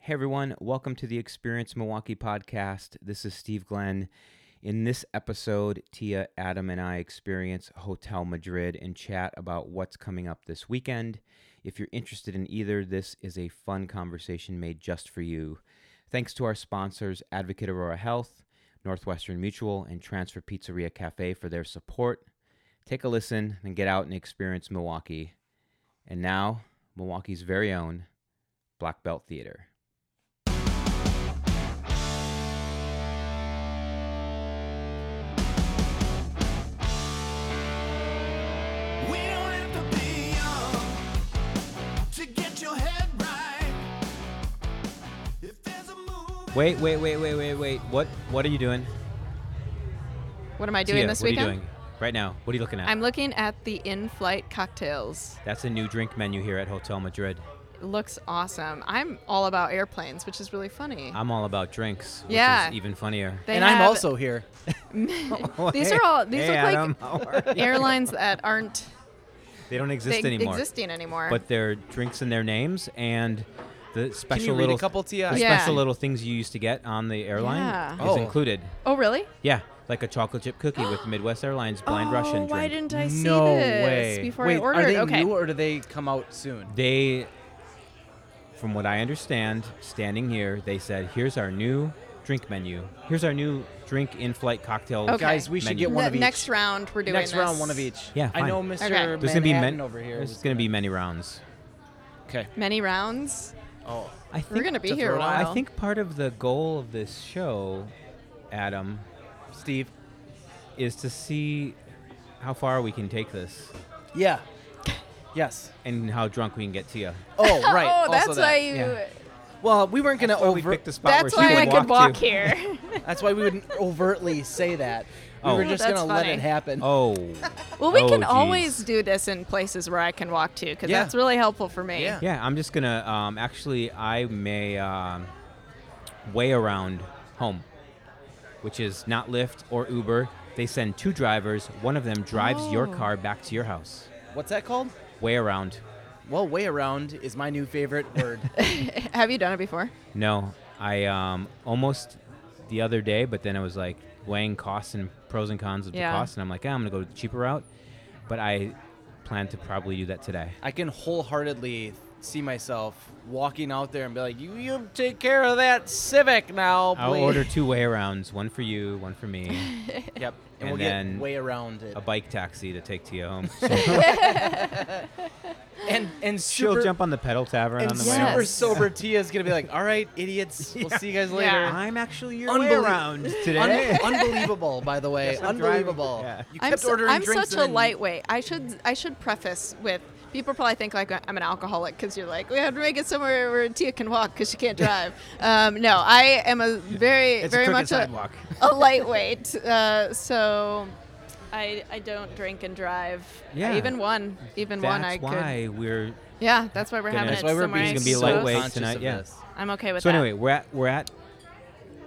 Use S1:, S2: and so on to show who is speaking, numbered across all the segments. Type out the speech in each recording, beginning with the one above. S1: Hey everyone, welcome to the Experience Milwaukee podcast. This is Steve Glenn. In this episode, Tia, Adam, and I experience Hotel Madrid and chat about what's coming up this weekend. If you're interested in either, this is a fun conversation made just for you. Thanks to our sponsors, Advocate Aurora Health, Northwestern Mutual, and Transfer Pizzeria Cafe for their support. Take a listen and get out and experience Milwaukee. And now, Milwaukee's very own Black Belt Theater.
S2: We don't have to be young to get your head right. If there's a movie,
S1: Wait, wait, wait, wait, wait, wait. What what are you doing?
S3: What am I doing
S1: Tia,
S3: this
S1: what
S3: weekend?
S1: are you doing right now? What are you looking at?
S3: I'm looking at the in-flight cocktails.
S1: That's a new drink menu here at Hotel Madrid.
S3: It looks awesome. I'm all about airplanes, which is really funny.
S1: I'm all about drinks, which
S3: Yeah.
S1: is even funnier.
S3: They
S4: and I'm
S3: have
S4: also here.
S1: Oh,
S3: These
S1: hey-
S3: are all- these
S1: hey,
S3: look like-
S1: Adam, how are you?
S3: airlines that aren't
S1: they don't exist
S3: they
S1: anymore.
S3: existing anymore.
S1: But they're drinks in their names and the special
S4: Can you read
S1: little
S4: a couple, Tia?
S1: the
S3: Yeah.
S1: special little things you used to get on the airline
S3: Yeah.
S1: is
S4: Oh.
S1: included.
S3: oh, really?
S1: Yeah, like a chocolate chip cookie with Midwest Airlines blind
S3: oh,
S1: Russian drink.
S3: why didn't I see
S4: no
S3: this
S4: way.
S3: before
S4: Wait,
S3: I ordered?
S4: are they
S3: okay.
S4: new or do they come out soon?
S1: They, from what I understand, standing here, they said, "Here's our new drink menu. Here's our new drink in-flight cocktail."
S3: Okay.
S4: Guys, we should
S1: Menu.
S4: get one
S3: Ne-
S4: of each.
S3: next round, we're doing
S4: Next
S3: this.
S4: round, one of each.
S1: Yeah,
S4: I know,
S1: fine.
S4: Mr.
S3: Okay.
S1: There's
S4: Manhattan
S1: gonna be many.
S4: over here.
S1: There's
S4: was
S1: gonna be many rounds.
S4: Okay.
S3: Many rounds.
S4: Oh,
S1: I think
S3: We're gonna be
S4: to
S3: here
S4: throw
S3: a
S4: it
S3: while.
S4: out.
S1: I think part of the goal of this show, Adam,
S4: Steve.
S1: is to see how far we can take this
S4: Yeah. Yes.
S1: and how drunk we can get Tia.
S4: Oh, right.
S3: Oh,
S4: also
S3: that's
S4: that.
S3: why you.
S1: Yeah.
S4: Well, we weren't gonna
S1: That's why we
S4: over.
S1: picked a spot
S3: That's
S1: where she
S3: why I
S1: would
S3: could walk
S1: to.
S3: here.
S4: that's why we wouldn't overtly say that. We
S1: Oh.
S4: were just
S3: That's
S4: gonna let
S3: funny.
S4: it happen.
S1: Oh,
S3: well, we
S1: Oh,
S3: can
S1: geez.
S3: always do this in places where I can walk to, because
S4: Yeah.
S3: that's really helpful for me.
S4: Yeah.
S1: Yeah, I'm just gonna. Um, actually, I may um, way around home, which is not Lyft or Uber. They send two drivers. One of them drives your
S3: Oh.
S1: car back to your house.
S4: What's that called?
S1: Way around.
S4: Well, way around is my new favorite word.
S3: Have you done it before?
S1: No, I um, almost the other day, but then I was like weighing costs and pros and cons of
S3: Yeah.
S1: the cost, and I'm like, ah, I'm gonna go the cheaper route. But I plan to probably do that today.
S4: I can wholeheartedly see myself walking out there and be like, "You, you take care of that Civic now, please."
S1: I'll order two way arounds, one for you, one for me,
S4: Yep,
S1: And
S4: and, we'll
S1: then-
S4: get way around it.
S1: a bike taxi to take Tia home.
S4: And and
S1: She'll
S4: super,
S1: jump on the pedal tavern
S4: and
S1: on the way.
S3: Yes.
S1: home.
S4: super sober Tia's gonna be like, "All right, idiots, we'll see you guys later."
S3: Yeah.
S1: I'm actually your
S4: Unbelie-
S1: way around
S4: Un-
S1: today.
S4: unbelievable, by the way,
S1: Yes, I'm driving.
S4: unbelievable.
S1: Yeah.
S4: You
S3: I'm,
S4: kept
S3: su-
S4: ordering
S3: I'm
S4: drinks.
S3: such
S4: and
S3: a
S4: then-
S3: lightweight. I should I should preface with people probably think like I'm an alcoholic because you're like we have to make it somewhere where Tia can walk because she can't drive. um, no, I am a very
S1: It's
S3: very
S1: a crooked
S3: much a,
S1: sidewalk.
S3: a lightweight. Uh, so I I don't drink and drive.
S1: Yeah.
S3: even one even one I
S1: That's
S3: could.
S1: why we're.
S3: Yeah, that's why we're
S1: Gonna-
S3: having
S1: That's
S3: it
S1: why
S4: we're
S3: somewhere.
S4: being
S1: gonna be
S3: so-
S1: lightweight
S4: conscious
S1: tonight,
S4: of
S1: yeah.
S4: this.
S3: I'm okay with
S1: so
S3: that.
S1: anyway, we're at we're at.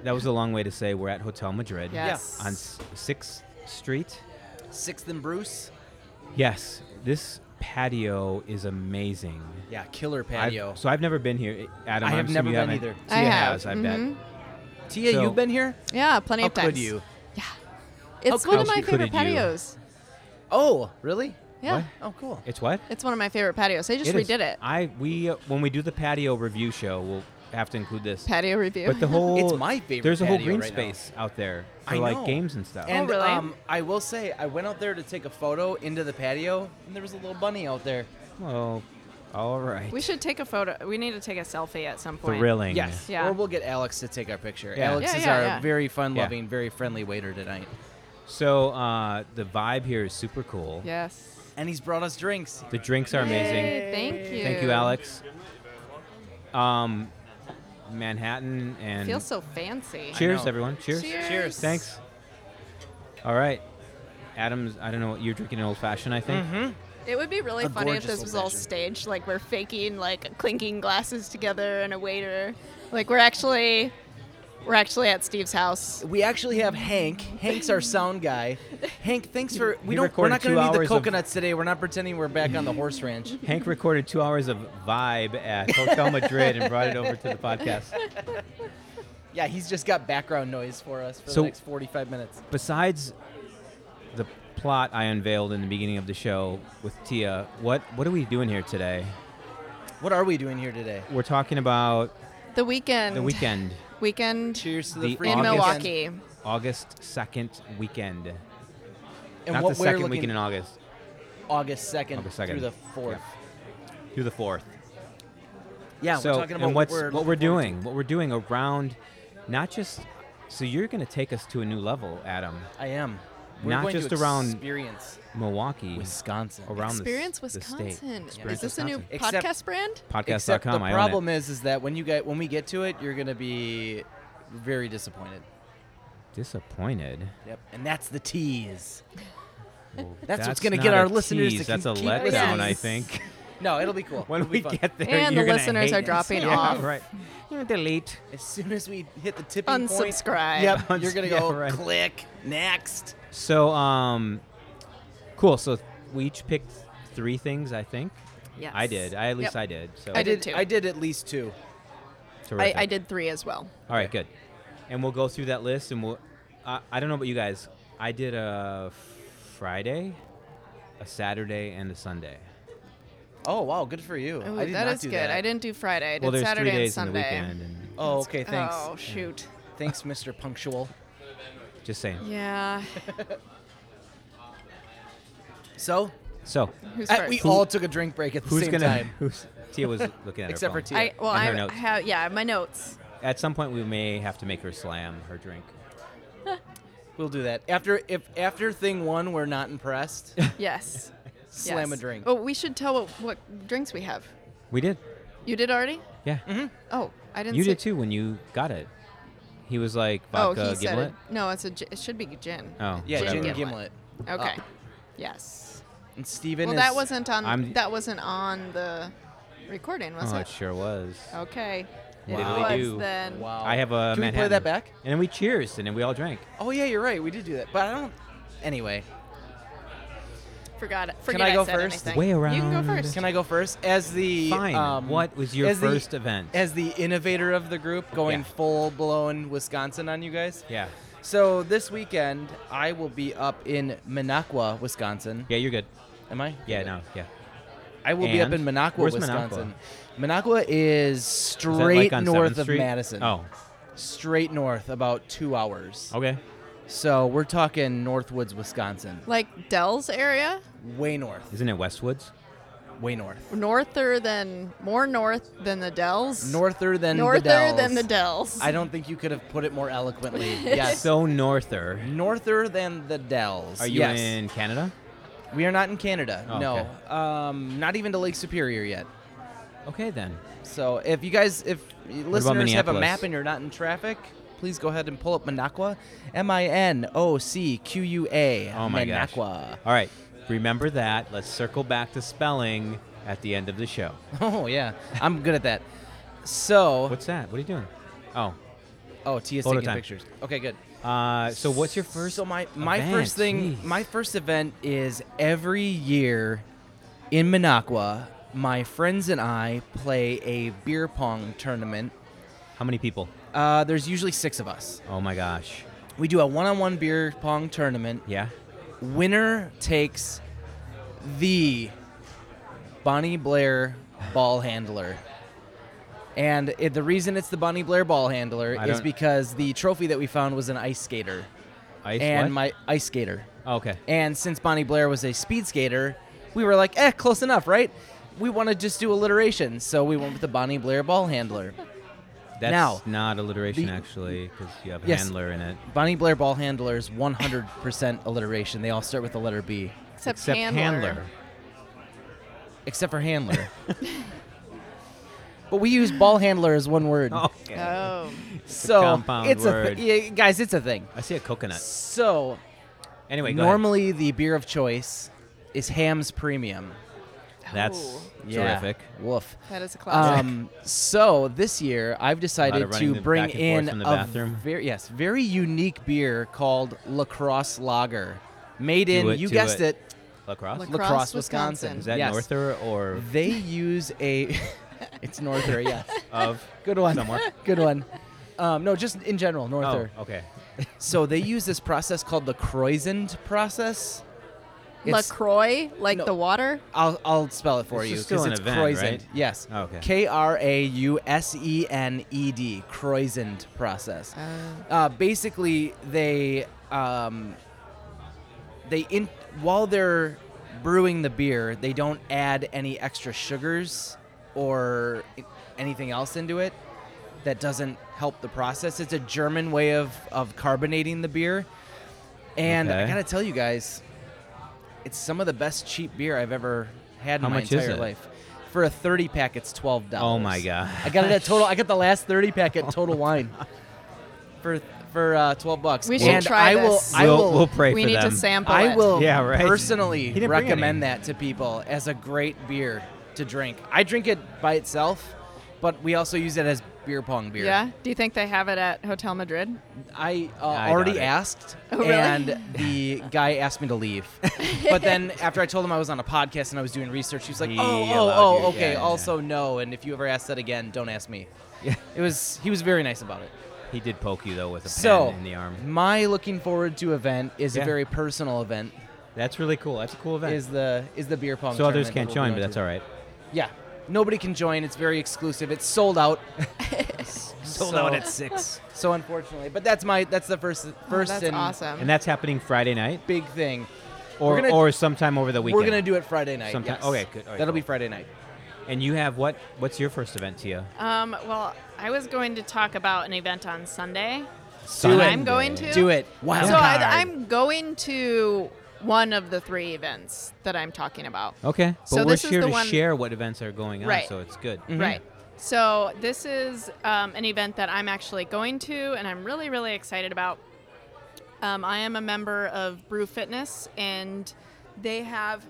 S1: That was a long way to say we're at Hotel Madrid.
S3: Yes.
S1: On Sixth Street.
S4: Sixth and Bruce.
S1: Yes, this patio is amazing.
S4: Yeah, killer
S1: I've-
S4: patio.
S1: so I've never been here, Adam.
S4: I
S1: I'm
S4: have
S1: assuming
S4: never
S1: you
S4: been
S1: haven't.
S4: either.
S1: Tia
S3: I have,
S1: has, I
S3: mhm.
S1: bet.
S4: Tia,
S1: so-
S4: you've been here?
S3: yeah, plenty
S4: How
S3: of times.
S4: could you?
S3: It's
S4: how
S3: one of
S1: could-
S3: my
S1: how
S3: favorite
S1: could you?
S3: patios.
S4: Oh, really?
S3: Yeah.
S1: What?
S4: Oh, cool.
S1: It's what?
S3: It's one of my favorite patios. They just
S1: It is.
S3: redid it.
S1: I we uh, when we do the patio review show, we'll have to include this.
S3: Patio review.
S1: But the whole
S4: It's my favorite
S1: There's a whole
S4: patio
S1: green
S4: right now.
S1: space out there for
S4: I
S1: like
S4: know.
S1: games and stuff.
S4: And
S3: Oh, really?
S4: um, I will say, I went out there to take a photo into the patio, and there was a little bunny out there.
S1: well, all right.
S3: we should take a photo. We need to take a selfie at some point.
S1: Thrilling.
S4: Yes.
S3: Yeah.
S4: Or we'll get Alex to take our picture.
S1: Yeah.
S4: Alex
S3: Yeah,
S4: is
S3: yeah,
S4: our
S3: yeah.
S4: very fun-loving, very friendly waiter tonight,
S1: So uh, the vibe here is super cool.
S3: Yes.
S4: and he's brought us drinks.
S1: The drinks are amazing.
S3: Yay, thank you.
S1: Thank you, Alex. Um, Manhattan and
S3: Feels so fancy.
S1: cheers,
S4: know.
S1: everyone. Cheers.
S3: Cheers.
S4: Cheers.
S1: Thanks. All right. Adam's. I don't know what you're drinking. An old fashioned, I think.
S4: Mm-hmm.
S3: It would be really
S4: A
S3: funny if
S4: gorgeous
S3: this was all
S4: location.
S3: staged, like we're faking like clinking glasses together and a waiter. Like we're actually We're actually at Steve's house.
S4: We actually have Hank. Hank's our sound guy. Hank, thanks for.
S1: He
S4: We don't. We're
S1: recorded
S4: not going
S1: two
S4: to need the
S1: hours of-
S4: coconuts today. We're not pretending we're back on the horse ranch.
S1: Hank recorded two hours of vibe at Hotel Madrid and brought it over to the podcast.
S4: Yeah, he's just got background noise for us for
S1: So-
S4: the next 45 minutes.
S1: Besides the plot I unveiled in the beginning of the show with Tia, what what are we doing here today?
S4: What are we doing here today?
S1: We're talking about
S3: The weekend.
S1: the weekend,
S3: Weekend
S4: Cheers to
S1: The
S4: the, free
S1: In
S3: in
S1: August.
S3: Milwaukee.
S1: August second weekend,
S4: And
S1: not
S4: what
S1: the
S4: we're
S1: second
S4: looking-
S1: weekend in August,
S4: August 2nd,
S1: August 2nd.
S4: through the
S1: Yeah.
S4: 4th.
S1: through the fourth.
S4: Yeah,
S1: so
S4: we're talking about
S1: and what's
S4: what we're,
S1: what we're doing, what we're doing around, not just. So you're going to take us to a new level, Adam.
S4: I am. We're
S1: Not
S4: going
S1: just
S4: to
S1: around-
S4: experience
S1: Milwaukee,
S4: Wisconsin.
S1: around
S3: Experience
S1: the, s- the state.
S3: Wisconsin.
S1: Experience
S3: Is this a new
S1: Wisconsin.
S4: Except-
S3: podcast brand?
S4: Except the
S1: podcast.com? I own
S4: problem
S1: it.
S4: is, is that when you get when we get to it, you're gonna be very disappointed.
S1: Disappointed.
S4: Yep, and that's the tease.
S1: Well,
S4: That's what's gonna
S1: not
S4: get our
S1: a
S4: listeners to
S1: tease, That's a
S4: keep
S1: letdown,
S3: listening.
S1: I think.
S4: No, it'll be cool.
S1: when
S4: It'll
S1: we
S4: be fun.
S1: get there,
S3: And the
S1: you're gonna
S3: listeners
S1: hate
S3: are
S1: us.
S3: dropping
S1: yeah,
S3: off.
S1: Right. You delete.
S4: as soon as we hit the tipping
S3: Unsubscribe.
S4: point, yep, you're
S1: Uns-
S4: gonna
S1: yeah,
S4: go
S1: right.
S4: click next.
S1: So, um, cool. So we each picked three things. I think
S3: Yes.
S1: I did. I at least
S3: Yep.
S1: I did. So
S3: I did too.
S4: I did at least two.
S3: I,
S1: Terrific.
S3: I did three as well.
S1: All right, good. And we'll go through that list, and we'll. I I don't know about you guys. I did a Friday, a Saturday, and a Sunday.
S4: Oh wow, good for you.
S3: Ooh,
S4: I did
S3: that
S4: not
S3: is
S4: do
S3: good.
S4: That.
S3: I didn't do Friday. I did
S1: well, there's
S3: Saturday
S1: three days
S3: and
S1: in the
S3: Sunday.
S1: weekend, and
S4: Oh okay, thanks.
S3: Oh shoot.
S4: Thanks, Mr. Punctual.
S1: just saying.
S3: Yeah.
S4: So
S1: So
S3: Who's
S4: uh,
S3: first?
S4: we all took a drink break at the
S1: who's
S4: same
S1: gonna?
S4: time.
S1: Who's Tia was looking at her
S4: Except for
S1: phone.
S4: Tia.
S3: I well,
S1: And her
S3: I
S1: notes.
S3: have yeah my notes.
S1: At some point, we may have to make her slam her drink.
S4: We'll do that after if after thing one we're not impressed.
S3: Yes.
S4: slam
S3: yes.
S4: a drink.
S3: Oh, we should tell what, what drinks we have.
S1: We did.
S3: You did already?
S1: Yeah.
S3: Oh, I didn't.
S1: You
S3: see-
S1: did too when you got it. He was like
S3: Oh,
S1: vodka
S3: he said
S1: giblet.
S3: it. No, it's a. gi- It should be gin.
S1: Oh,
S4: Yeah,
S1: whatever.
S4: gin and
S3: Gin
S4: gimlet.
S3: Okay.
S4: Up.
S3: Yes.
S4: And Steven
S3: well,
S4: is
S3: that wasn't on.
S1: I'm-
S3: that wasn't on the recording, was
S1: Oh, it
S3: it?
S1: sure was.
S3: Okay.
S1: Wow.
S3: It was
S1: Diddly-do.
S3: then.
S4: Wow.
S1: I have a
S4: Can
S1: Manhattan.
S4: we play that back?
S1: And then we cheers, and then we all drank.
S4: Oh yeah, you're right. We did do that, but I don't. Anyway,
S3: Forgot. it- Forget
S4: I go
S3: said
S4: first?
S3: anything.
S1: Way
S3: You can
S1: around.
S3: go first.
S4: can I go first? As the
S1: Fine.
S4: um,
S1: what was your
S4: as the-
S1: first event?
S4: as the innovator of the group, going
S1: Yeah.
S4: full blown Wisconsin on you guys.
S1: yeah.
S4: So this weekend I will be up in Minocqua, Wisconsin.
S1: Yeah, you're good.
S4: Am I?
S1: Yeah, no, yeah.
S4: I will be up in
S1: And?
S4: Minocqua,
S1: Where's
S4: Wisconsin. Minocqua is
S1: Is
S4: straight
S1: that, like, on 7th
S4: north of
S1: Street?
S4: Madison.
S1: Oh,
S4: straight north, about two hours.
S1: okay.
S4: So we're talking Northwoods, Wisconsin.
S3: Like Dell's area,
S4: Way north.
S1: Isn't it Westwoods?
S4: Way north.
S3: norther than more north than the Dells.
S4: Norther than the
S3: norther
S4: Dells.
S3: than the Dells.
S4: I don't think you could have put it more eloquently. Yes.
S1: So norther.
S4: norther than the Dells.
S1: Are you
S4: yes.
S1: in Canada?
S4: We are not in Canada.
S1: Oh,
S4: no. Um, not even to Lake Superior yet.
S1: Okay then.
S4: So if you guys, if listeners have a
S1: Minneapolis?
S4: map and you're not in traffic, please go ahead and pull up Minocqua. M-I-N-O-C-Q-U-A.
S1: Oh my gosh.
S4: Minocqua.
S1: All right. Remember that. Let's circle back to spelling at the end of the show.
S4: Oh yeah, I'm good at that. So
S1: What's that? What are you doing? Oh.
S4: Oh, Tia's
S1: Photo
S4: taking
S1: time.
S4: pictures. Okay, good.
S1: Uh, so what's your first?
S4: So my my
S1: event?
S4: first thing,
S1: Jeez.
S4: my first event is every year in Minocqua. My friends and I play a beer pong tournament.
S1: How many people?
S4: Uh, there's usually six of us.
S1: Oh my gosh.
S4: We do a one-on-one beer pong tournament.
S1: Yeah.
S4: Winner takes the Bonnie Blair ball handler. And it, the reason it's the Bonnie Blair ball handler
S1: I
S4: is
S1: don't-
S4: because the trophy that we found was an ice skater.
S1: Ice.
S4: and
S1: what?
S4: my ice skater.
S1: Oh, okay.
S4: And since Bonnie Blair was a speed skater, we were like, eh, close enough, right? We want to just do alliteration, so we went with the Bonnie Blair ball handler.
S1: That's
S4: now,
S1: not alliteration
S4: the-
S1: actually, because you have
S4: Yes.
S1: handler in it.
S4: Bonnie Blair ball handler is 100% alliteration. They all start with the letter B,
S3: Except,
S1: Except handler.
S4: except for handler. but we use ball handler as one word.
S1: Okay.
S3: Oh.
S4: so
S1: compound
S4: it's
S1: word.
S4: a thi- yeah, guys, it's a thing.
S1: I see a coconut.
S4: So
S1: Anyway, go ahead.
S4: normally the beer of choice is Ham's Premium.
S1: That's
S4: Yeah.
S1: terrific.
S4: Woof.
S3: That is a classic.
S4: Um, so this year I've decided
S1: running
S4: to
S1: the
S4: bring
S1: back and forth
S4: in
S1: from the
S4: a
S1: bathroom.
S4: very yes, very unique beer called Lacrosse Lager, made in
S1: it,
S4: you
S1: do
S4: guessed
S1: it.
S4: it,
S1: Lacrosse?
S3: Lac-
S4: Lacrosse,
S3: Lacrosse,
S4: Wisconsin.
S3: Wisconsin.
S1: Is that
S4: yes.
S1: Norther or
S4: They use a it's Norther, yes.
S1: of? Oh,
S4: Good one.
S1: Somewhere.
S4: Good one. Um, no, just in general, Norther.
S1: Oh, okay.
S4: So they use this process called the Croissant process. It's-
S3: LaCroix, like
S4: No.
S3: the water.
S4: I'll, I'll spell it for
S1: It's
S4: you
S1: just still
S4: because
S1: an
S4: it's
S1: event,
S4: Croissant.
S1: right?
S4: Yes.
S1: Oh, okay.
S4: K R A U S E N E D. Croissant process. Uh, basically, they um, they in while they're brewing the beer, they don't add any extra sugars or i- anything else into it that doesn't help the process. It's a German way of of carbonating the beer, and I
S1: Okay.
S4: gotta tell you guys, it's some of the best cheap beer I've ever had in
S1: How
S4: my
S1: much is
S4: entire
S1: it?
S4: life. For a thirty pack, it's twelve dollars.
S1: Oh my god. Oh
S4: I got it at total. I got the last thirty pack at Total Wine for for uh, twelve bucks.
S3: We should
S4: and
S3: try
S4: I will,
S3: this.
S4: I
S1: we'll,
S4: will.
S1: we'll pray
S3: we
S1: for
S3: need
S1: them.
S3: to sample
S4: I
S3: it.
S4: will
S1: Yeah, right. He
S4: personally
S1: didn't bring
S4: recommend
S1: any.
S4: that to people as a great beer to drink. I drink it by itself, but we also use it as beer pong beer.
S3: Yeah. Do you think they have it at Hotel Madrid?
S4: I, uh,
S1: I
S4: already
S1: doubt it.
S4: asked,
S3: Oh, really?
S4: and the guy asked me to leave. but then after I told him I was on a podcast and I was doing research, he was like,
S1: He
S4: "Oh,
S1: allowed
S4: oh,
S1: you-
S4: oh, okay.
S1: yeah, yeah,
S4: also, no. And if you ever ask that again, don't ask me."
S1: Yeah.
S4: It was. He was very nice about it.
S1: He did poke you though with a pen
S4: so
S1: in the arm.
S4: my looking forward to event is
S1: Yeah.
S4: a very personal event.
S1: That's really cool. That's a cool event.
S4: Is the is the beer pong?
S1: so others
S4: tournament
S1: can't
S4: that we'll be
S1: join,
S4: going
S1: but that's
S4: to.
S1: all right.
S4: Yeah. Nobody can join. It's very exclusive. It's sold out.
S1: Sold
S4: So-
S1: out at six.
S4: So unfortunately, but that's my that's the first first
S3: oh, that's
S4: and
S3: awesome.
S1: and that's happening Friday night,
S4: big thing.
S1: or
S4: gonna-
S1: or sometime over the weekend.
S4: We're gonna do it Friday night.
S1: Sometime-
S4: yes.
S1: okay, good. All right,
S4: That'll be
S1: cool.
S4: Friday night.
S1: And you have what? What's your first event, Tia?
S3: um, well, I was going to talk about an event on Sunday.
S1: Sunday.
S3: it. I'm going to.
S4: Do it. Wild
S3: so
S4: card.
S3: I, I'm going to one of the three events that I'm talking about.
S1: Okay, but
S3: So
S1: we're
S3: this is
S1: here
S3: the
S1: to
S3: one-
S1: share what events are going on,
S3: Right. Mm-hmm.
S1: so it's good.
S4: Mm-hmm.
S3: Right. So this is um, an event that I'm actually going to, and I'm really, really excited about. Um, I am a member of Brew Fitness, and they have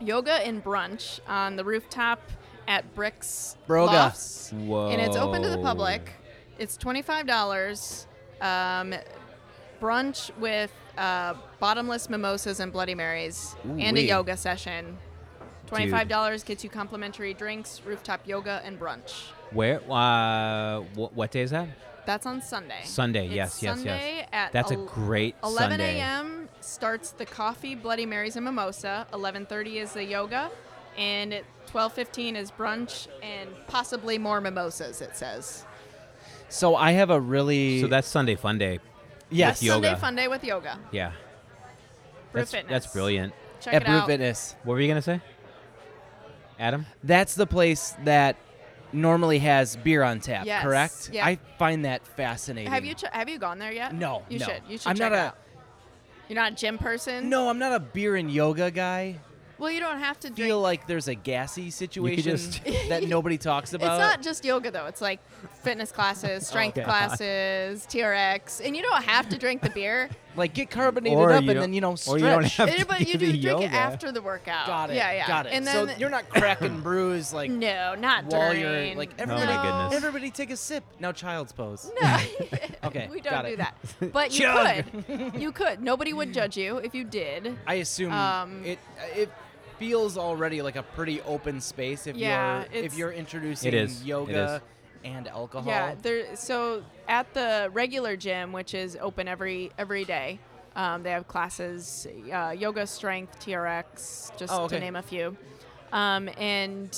S3: yoga and brunch on the rooftop at Bricks
S4: Broga.
S3: Lofts,
S1: Whoa.
S3: and it's open to the public. It's twenty five dollars. Um, brunch with uh, bottomless mimosas and Bloody Marys, and a
S4: Ooh-wee.
S3: yoga session. Twenty-five dollars gets you complimentary drinks, rooftop yoga, and brunch.
S1: Where? Uh, what, what day is that?
S3: That's on Sunday.
S1: Sunday.
S3: It's
S1: yes, yes,
S3: Sunday
S1: yes.
S3: At
S1: That's a
S3: el-
S1: great
S3: 11
S1: Sunday.
S3: a.m. starts the coffee, Bloody Marys, and mimosa. 11:30 is the yoga, and at 12:15 is brunch and possibly more mimosas. It says.
S4: So I have a really
S1: So that's Sunday Fun Day.
S4: yes
S1: with yoga.
S3: Sunday fun day with yoga.
S1: Yeah.
S3: Brew
S1: That's,
S3: Fitness.
S1: that's brilliant.
S3: Check
S4: at
S3: it
S4: Brew
S3: out.
S4: Fitness.
S1: What were you gonna say, Adam?
S4: That's the place that normally has beer on tap.
S3: Yes,
S4: Correct.
S3: yeah.
S4: I find that fascinating.
S3: Have you ch- have you gone there yet?
S4: No,
S3: You
S4: no.
S3: should. You should.
S4: I'm
S3: check
S4: not
S3: it
S4: a-
S3: out. You're not a gym person.
S4: No, I'm not a beer and yoga guy.
S3: Well, you don't have to drink.
S4: Feel like there's a gassy situation
S1: just-
S4: that nobody talks
S3: it's
S4: about.
S3: not just yoga though. It's like fitness
S1: Oh,
S3: classes, strength classes, TRX, and you don't have to drink the beer.
S4: like get carbonated
S1: Or
S4: up
S1: you
S4: and
S1: don't-
S4: then you know
S1: or
S4: stretch.
S1: you don't have to
S3: but you
S1: do
S3: do
S1: the
S3: drink
S1: yoga.
S3: it after the workout.
S4: got it.
S3: Yeah, yeah.
S4: Got it.
S3: And
S4: so
S3: then
S4: you're not cracking brews like
S3: no, not
S4: while
S3: during.
S4: you're like
S3: no.
S4: everybody.
S1: Oh, goodness.
S4: Everybody take a sip. Now child's pose.
S3: No,
S4: Okay,
S3: we don't
S4: got
S3: do
S4: it.
S3: that. But you
S1: Chug.
S3: could. You could. Nobody would judge you if you did.
S4: I assume
S3: Um,
S4: it it feels already like a pretty open space if
S3: Yeah,
S4: you're if
S3: it's-
S4: you're introducing
S1: It is. It
S4: yoga and alcohol.
S3: Yeah, there. So at the regular gym, which is open every every day, um, they have classes, uh, yoga, strength, TRX, just
S4: Oh,
S3: to
S4: okay.
S3: name a few. Um, and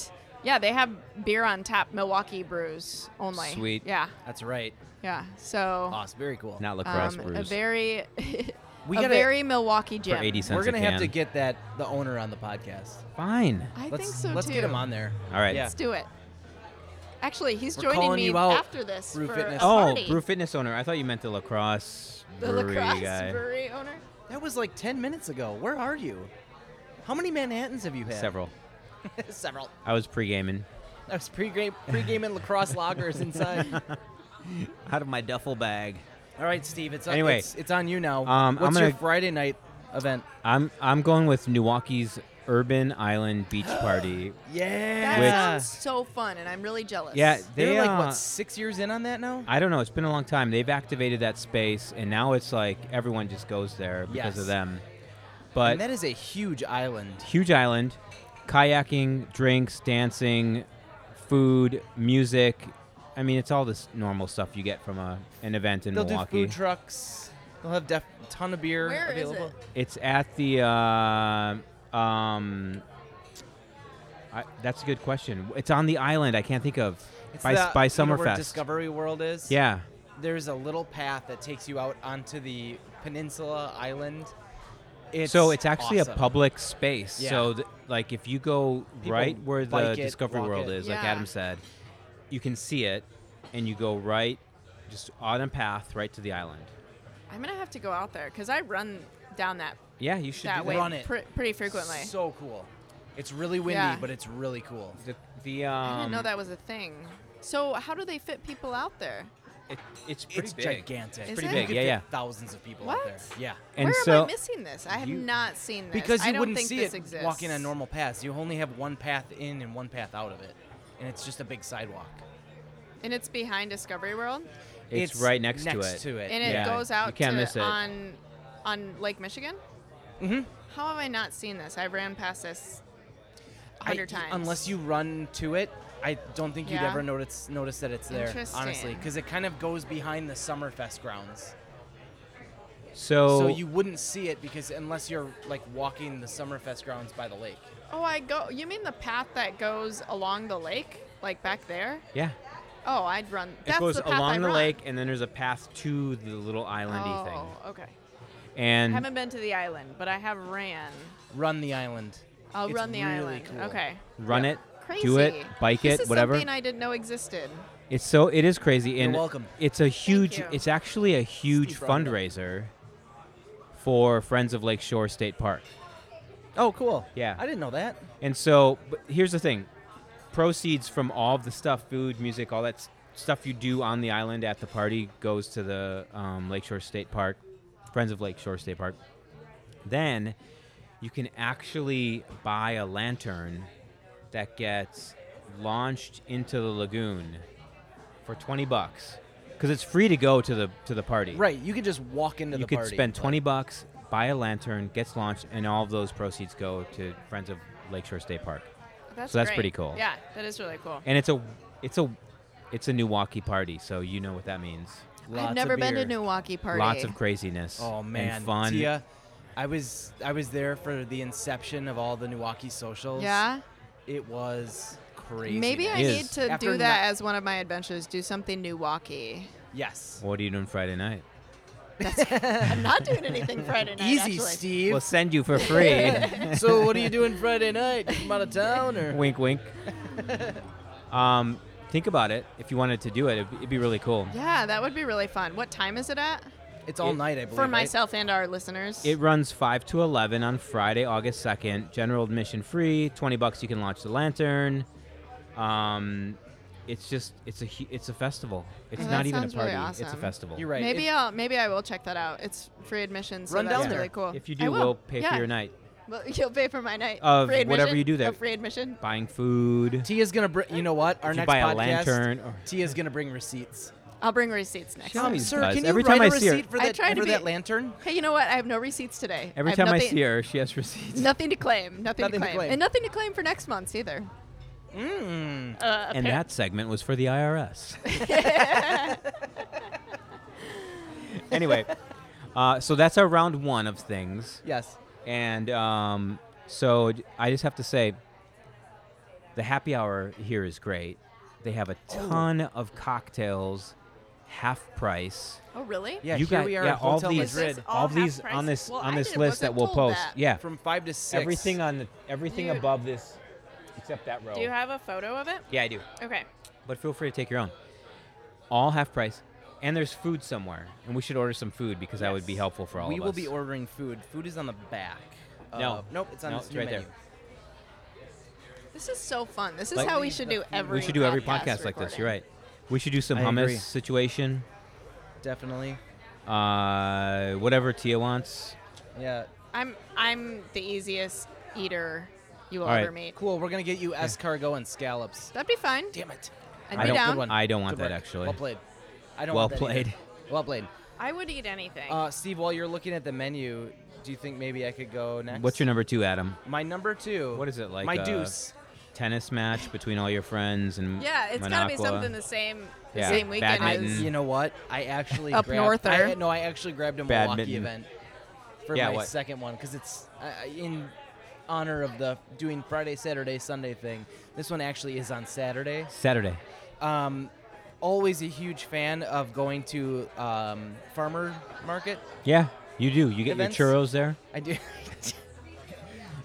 S3: yeah, they have beer on tap, Milwaukee brews only.
S1: Sweet.
S3: Yeah,
S4: That's right.
S3: yeah. So
S4: Awesome. Very cool.
S1: Not lacrosse
S3: um, a
S1: brews.
S3: very,
S4: We
S3: a
S4: gotta-
S3: very Milwaukee gym.
S1: for 80 cents
S4: We're
S1: a
S4: gonna have to
S1: can.
S4: get that the owner on the podcast.
S1: fine.
S3: I
S4: let's
S3: think so
S4: let's
S3: too.
S4: get him on there.
S1: All right.
S4: Yeah.
S3: Let's do it. Actually, he's
S4: We're
S3: joining
S4: calling
S3: me
S4: you out,
S3: after this
S4: Brew
S3: for a
S4: Fitness.
S1: Oh,
S3: party.
S1: brew fitness owner. I thought you meant the lacrosse
S3: the
S1: brewery
S3: lacrosse
S1: guy.
S3: brewery owner.
S4: That was like ten minutes ago. Where are you? How many Manhattans have you had?
S1: Several.
S4: Several.
S1: I was pre-gaming
S4: That was pre-game pre-gaming lacrosse loggers inside.
S1: out of my duffel bag.
S4: All right, Steve. It's
S1: Anyway.
S4: it's, it's on you now.
S1: Um, I'm
S4: What's your
S1: gonna-
S4: Friday night event?
S1: I'm I'm going with Milwaukee's Urban Island Beach Party.
S4: Yeah.
S3: That
S1: Which-
S3: sounds so fun, and I'm really jealous.
S1: Yeah,
S4: They're
S1: they
S4: like
S1: uh,
S4: what six years in on that now.
S1: I don't know. It's been a long time. They've activated that space, and now it's like everyone just goes there because
S4: Yes.
S1: of them.
S4: And
S1: But
S4: that is a huge island.
S1: huge island, kayaking, drinks, dancing, food, music. I mean, it's all this normal stuff you get from a, an event in
S4: They'll
S1: Milwaukee.
S4: do food trucks. They'll have def- ton of beer
S3: Where is
S4: available.
S3: it?
S1: it's at the. Uh, um, I, that's a good question. It's on the island. I can't think of.
S4: It's
S1: by
S4: the-
S1: by
S4: you know where
S1: Summerfest.
S4: Discovery World is.
S1: yeah.
S4: There's a little path that takes you out onto the peninsula island. It's
S1: so it's actually a
S4: awesome.
S1: public space.
S4: Yeah.
S1: So, th- like, if you go
S4: People
S1: right where the
S4: bike it,
S1: Discovery
S4: walk
S1: World
S4: it.
S1: is, like
S3: Yeah.
S1: Adam said, you can see it, and you go right, just on a path right to the island.
S3: I'm gonna have to go out there because I run down that
S1: Yeah, you should.
S3: that
S1: do
S3: way
S4: Run it.
S3: pre- pretty frequently.
S4: So cool. It's really windy,
S3: Yeah.
S4: but it's really cool.
S1: The, the, um,
S3: I didn't know that was a thing. So how do they fit people out there?
S1: It, it's pretty
S4: it's
S1: big.
S4: gigantic.
S3: Is
S1: pretty
S3: it?
S1: big,
S4: You
S1: yeah,
S4: could
S1: yeah.
S4: fit Thousands of people out
S3: What?
S4: there. Yeah.
S1: And
S3: Where
S1: so
S3: am I missing this? I have
S1: you-
S3: not seen this.
S4: Because
S3: I
S4: you
S3: don't
S4: wouldn't
S3: think
S4: see
S3: this
S4: it
S3: exists.
S4: walking on normal paths. You only have one path in and one path out of it, and it's just a big sidewalk.
S3: And it's behind Discovery World,
S1: it's, right next,
S4: next
S1: to it.
S4: to it.
S3: and it
S1: Yeah,
S3: goes out
S1: you can't
S3: to
S1: miss it.
S3: on on Lake Michigan.
S4: Mhm.
S3: How have I not seen this? I ran past this a
S4: I-
S3: hundred times.
S4: Unless you run to it, I don't think you'd
S3: Yeah.
S4: ever notice notice that it's there. Honestly,
S3: Interesting.
S4: because it kind of goes behind the Summerfest grounds,
S1: So,
S4: so you wouldn't see it because unless you're like walking the Summerfest grounds by the lake.
S3: Oh, I go. You mean the path that goes along the lake, like back there?
S1: yeah,
S3: Oh, I'd run. That's
S1: it goes
S3: the path I
S1: along the
S3: run.
S1: lake, and then there's a path to the little islandy
S3: oh,
S1: thing.
S3: okay. I
S1: And
S3: haven't been to the island, but I have ran.
S4: Run the island.
S3: I'll
S4: It's
S3: run the
S4: really
S3: island.
S4: cool.
S3: Okay.
S1: run
S4: Yeah.
S1: it,
S3: Crazy.
S1: do it, bike
S3: This
S1: it,
S3: is
S1: whatever.
S3: Something I didn't know existed.
S1: It's so it is crazy. And
S4: welcome.
S1: It's a huge.
S3: you.
S1: It's actually a huge
S4: Steve brought it up.
S1: fundraiser for Friends of Lake Shore State Park.
S4: Oh, cool.
S1: Yeah.
S4: I didn't know that.
S1: And so, but here's the thing: proceeds from all of the stuff, food, music, all that s- stuff you do on the island at the party goes to the um, Lakeshore State Park, Friends of Lakeshore State Park. Then you can actually buy a lantern that gets launched into the lagoon for 20 bucks because it's free to go to the to the party.
S4: Right. You could just walk into
S1: You
S4: the
S1: could
S4: party.
S1: spend
S4: like-
S1: 20 bucks, buy a lantern, gets launched, and all of those proceeds go to Friends of Lakeshore State Park
S3: That's
S1: So that's
S3: great.
S1: pretty cool.
S3: Yeah, that is really cool.
S1: and it's a it's a it's a new walkie party so you know what that means
S4: Lots
S3: I've
S4: of
S3: never been to
S4: beer.
S3: New Milwaukee party.
S1: lots of craziness
S4: Oh man,
S1: and fun
S4: Tia, I was I was there for the inception of all the Milwaukee socials.
S3: Yeah.
S4: it was crazy.
S3: Maybe I
S4: man.
S1: Is.
S3: need to
S4: After
S3: do that
S4: not-
S3: as one of my adventures. Do something New Milwaukee.
S4: yes.
S1: what are you doing friday night
S3: I'm not doing anything Friday night.
S4: Easy,
S3: actually.
S4: Steve.
S1: we'll send you for free
S4: so what are you doing Friday night? You Come out of town or?
S1: wink wink um think about it if you wanted to do it it'd, be- it'd be really cool
S3: Yeah, that would be really fun. What time is it at?
S4: It's all
S1: It-
S4: night, I believe.
S3: For
S4: right?
S3: myself and our listeners.
S1: it runs 5 to 11 on friday august 2nd general admission free 20 bucks you can launch the lantern um it's just it's a hu- it's a festival it's
S3: Oh, that
S1: not even a
S3: sounds really
S1: party it's a
S3: awesome.
S1: festival
S4: You're right.
S3: Maybe
S4: It-
S3: I'll maybe I will check that out. It's free admission, so
S4: Run
S3: that's
S4: down there.
S3: really cool.
S1: if you
S3: I
S1: do
S3: will.
S1: we'll pay for
S3: Yeah.
S1: your night
S3: Well, you'll pay for my night
S1: Of
S3: free admission?
S1: whatever you do there.
S3: Of free admission.
S1: buying food
S4: Tia's gonna bring. You know what? Our
S1: If you
S4: next
S1: buy a
S4: podcast.
S1: lantern or-
S4: Tia's gonna bring receipts.
S3: I'll bring receipts next.
S1: She
S3: time.
S1: always
S4: Sir,
S1: does.
S4: can you
S1: Every
S4: write
S1: time
S4: a
S1: I see her-
S4: receipt for
S3: I
S4: that
S3: try to
S4: for that
S3: be-
S4: lantern?
S3: Hey, you know what? I have no receipts today.
S1: Every
S3: have
S1: time I
S3: nothing,
S1: see her, she has receipts.
S3: nothing to claim. Nothing,
S4: Nothing to
S3: to, claim.
S4: claim.
S3: and nothing to claim for next month's either.
S4: Mm.
S3: Uh,
S1: Hmm. And
S3: appar-
S1: that segment was for the IRS. anyway, uh, so that's our round one of things.
S4: Yes.
S1: And um, so d- I just have to say the happy hour here is great. They have a
S3: Oh.
S1: ton of cocktails, half price.
S3: oh really?
S4: Yeah.
S1: you
S4: here
S1: got
S4: we are
S1: yeah,
S4: at
S1: all
S4: Hotel
S1: these
S3: Is this
S4: Madrid
S3: all
S1: all, of these
S3: half
S1: on
S3: price?
S1: this
S3: Well,
S1: on
S3: I
S1: this
S3: didn't-
S1: list that
S3: wasn't
S1: we'll
S3: told
S1: post.
S3: that.
S1: Yeah.
S4: from five to six.
S1: Everything on the everything
S3: You-
S1: above this except that row.
S3: Do you have a photo of it?
S1: yeah, I do.
S3: Okay.
S1: but feel free to take your own. All half price, and there's food somewhere, and we should order some food because that would be helpful for all
S4: we
S1: of us.
S4: will be ordering food. Food is on the back.
S1: No.
S4: of- nope, it's on
S1: No,
S4: this
S1: it's
S4: new
S1: right there.
S4: menu.
S3: This is so fun. This is
S1: Like-
S3: how we should do every.
S1: we should do every podcast like this.
S3: recording.
S1: You're right. We should do some
S4: I
S1: hummus
S4: agree.
S1: situation.
S4: Definitely.
S1: Uh, whatever Tia wants.
S4: Yeah.
S3: I'm I'm the easiest eater you will
S1: All right.
S3: ever meet.
S4: Cool. We're gonna get you escargot and scallops.
S3: That'd be fine.
S4: Damn it.
S3: I'd
S1: I
S3: be
S1: don't-
S3: down.
S4: Good one.
S1: I don't want
S4: Good
S1: that,
S4: work.
S1: actually.
S4: Well played. I don't
S1: Well
S4: want that either.
S1: played.
S4: Well played.
S3: I would eat anything.
S4: Uh, Steve, while you're looking at the menu, do you think maybe I could go next?
S1: What's your number two, Adam?
S4: My number two.
S1: What is it, like,
S4: My
S1: uh,
S4: deuce.
S1: Tennis match between all your friends and
S3: yeah, it's gotta be
S1: Minocqua.
S3: something the same the
S1: Yeah,
S3: same weekend
S1: badminton.
S3: as
S4: You know what? I actually
S3: Up
S4: grabbed,
S3: norther.
S4: I, no, I actually grabbed a Milwaukee
S1: Badminton.
S4: event for
S1: Yeah,
S4: my
S1: what?
S4: second one because it's uh, in honor of the doing Friday, Saturday, Sunday thing. This one actually is on Saturday.
S1: Saturday.
S4: Um, always a huge fan of going to um, farmer market.
S1: Yeah, you do. You get
S4: Events?
S1: your churros there.
S4: I do.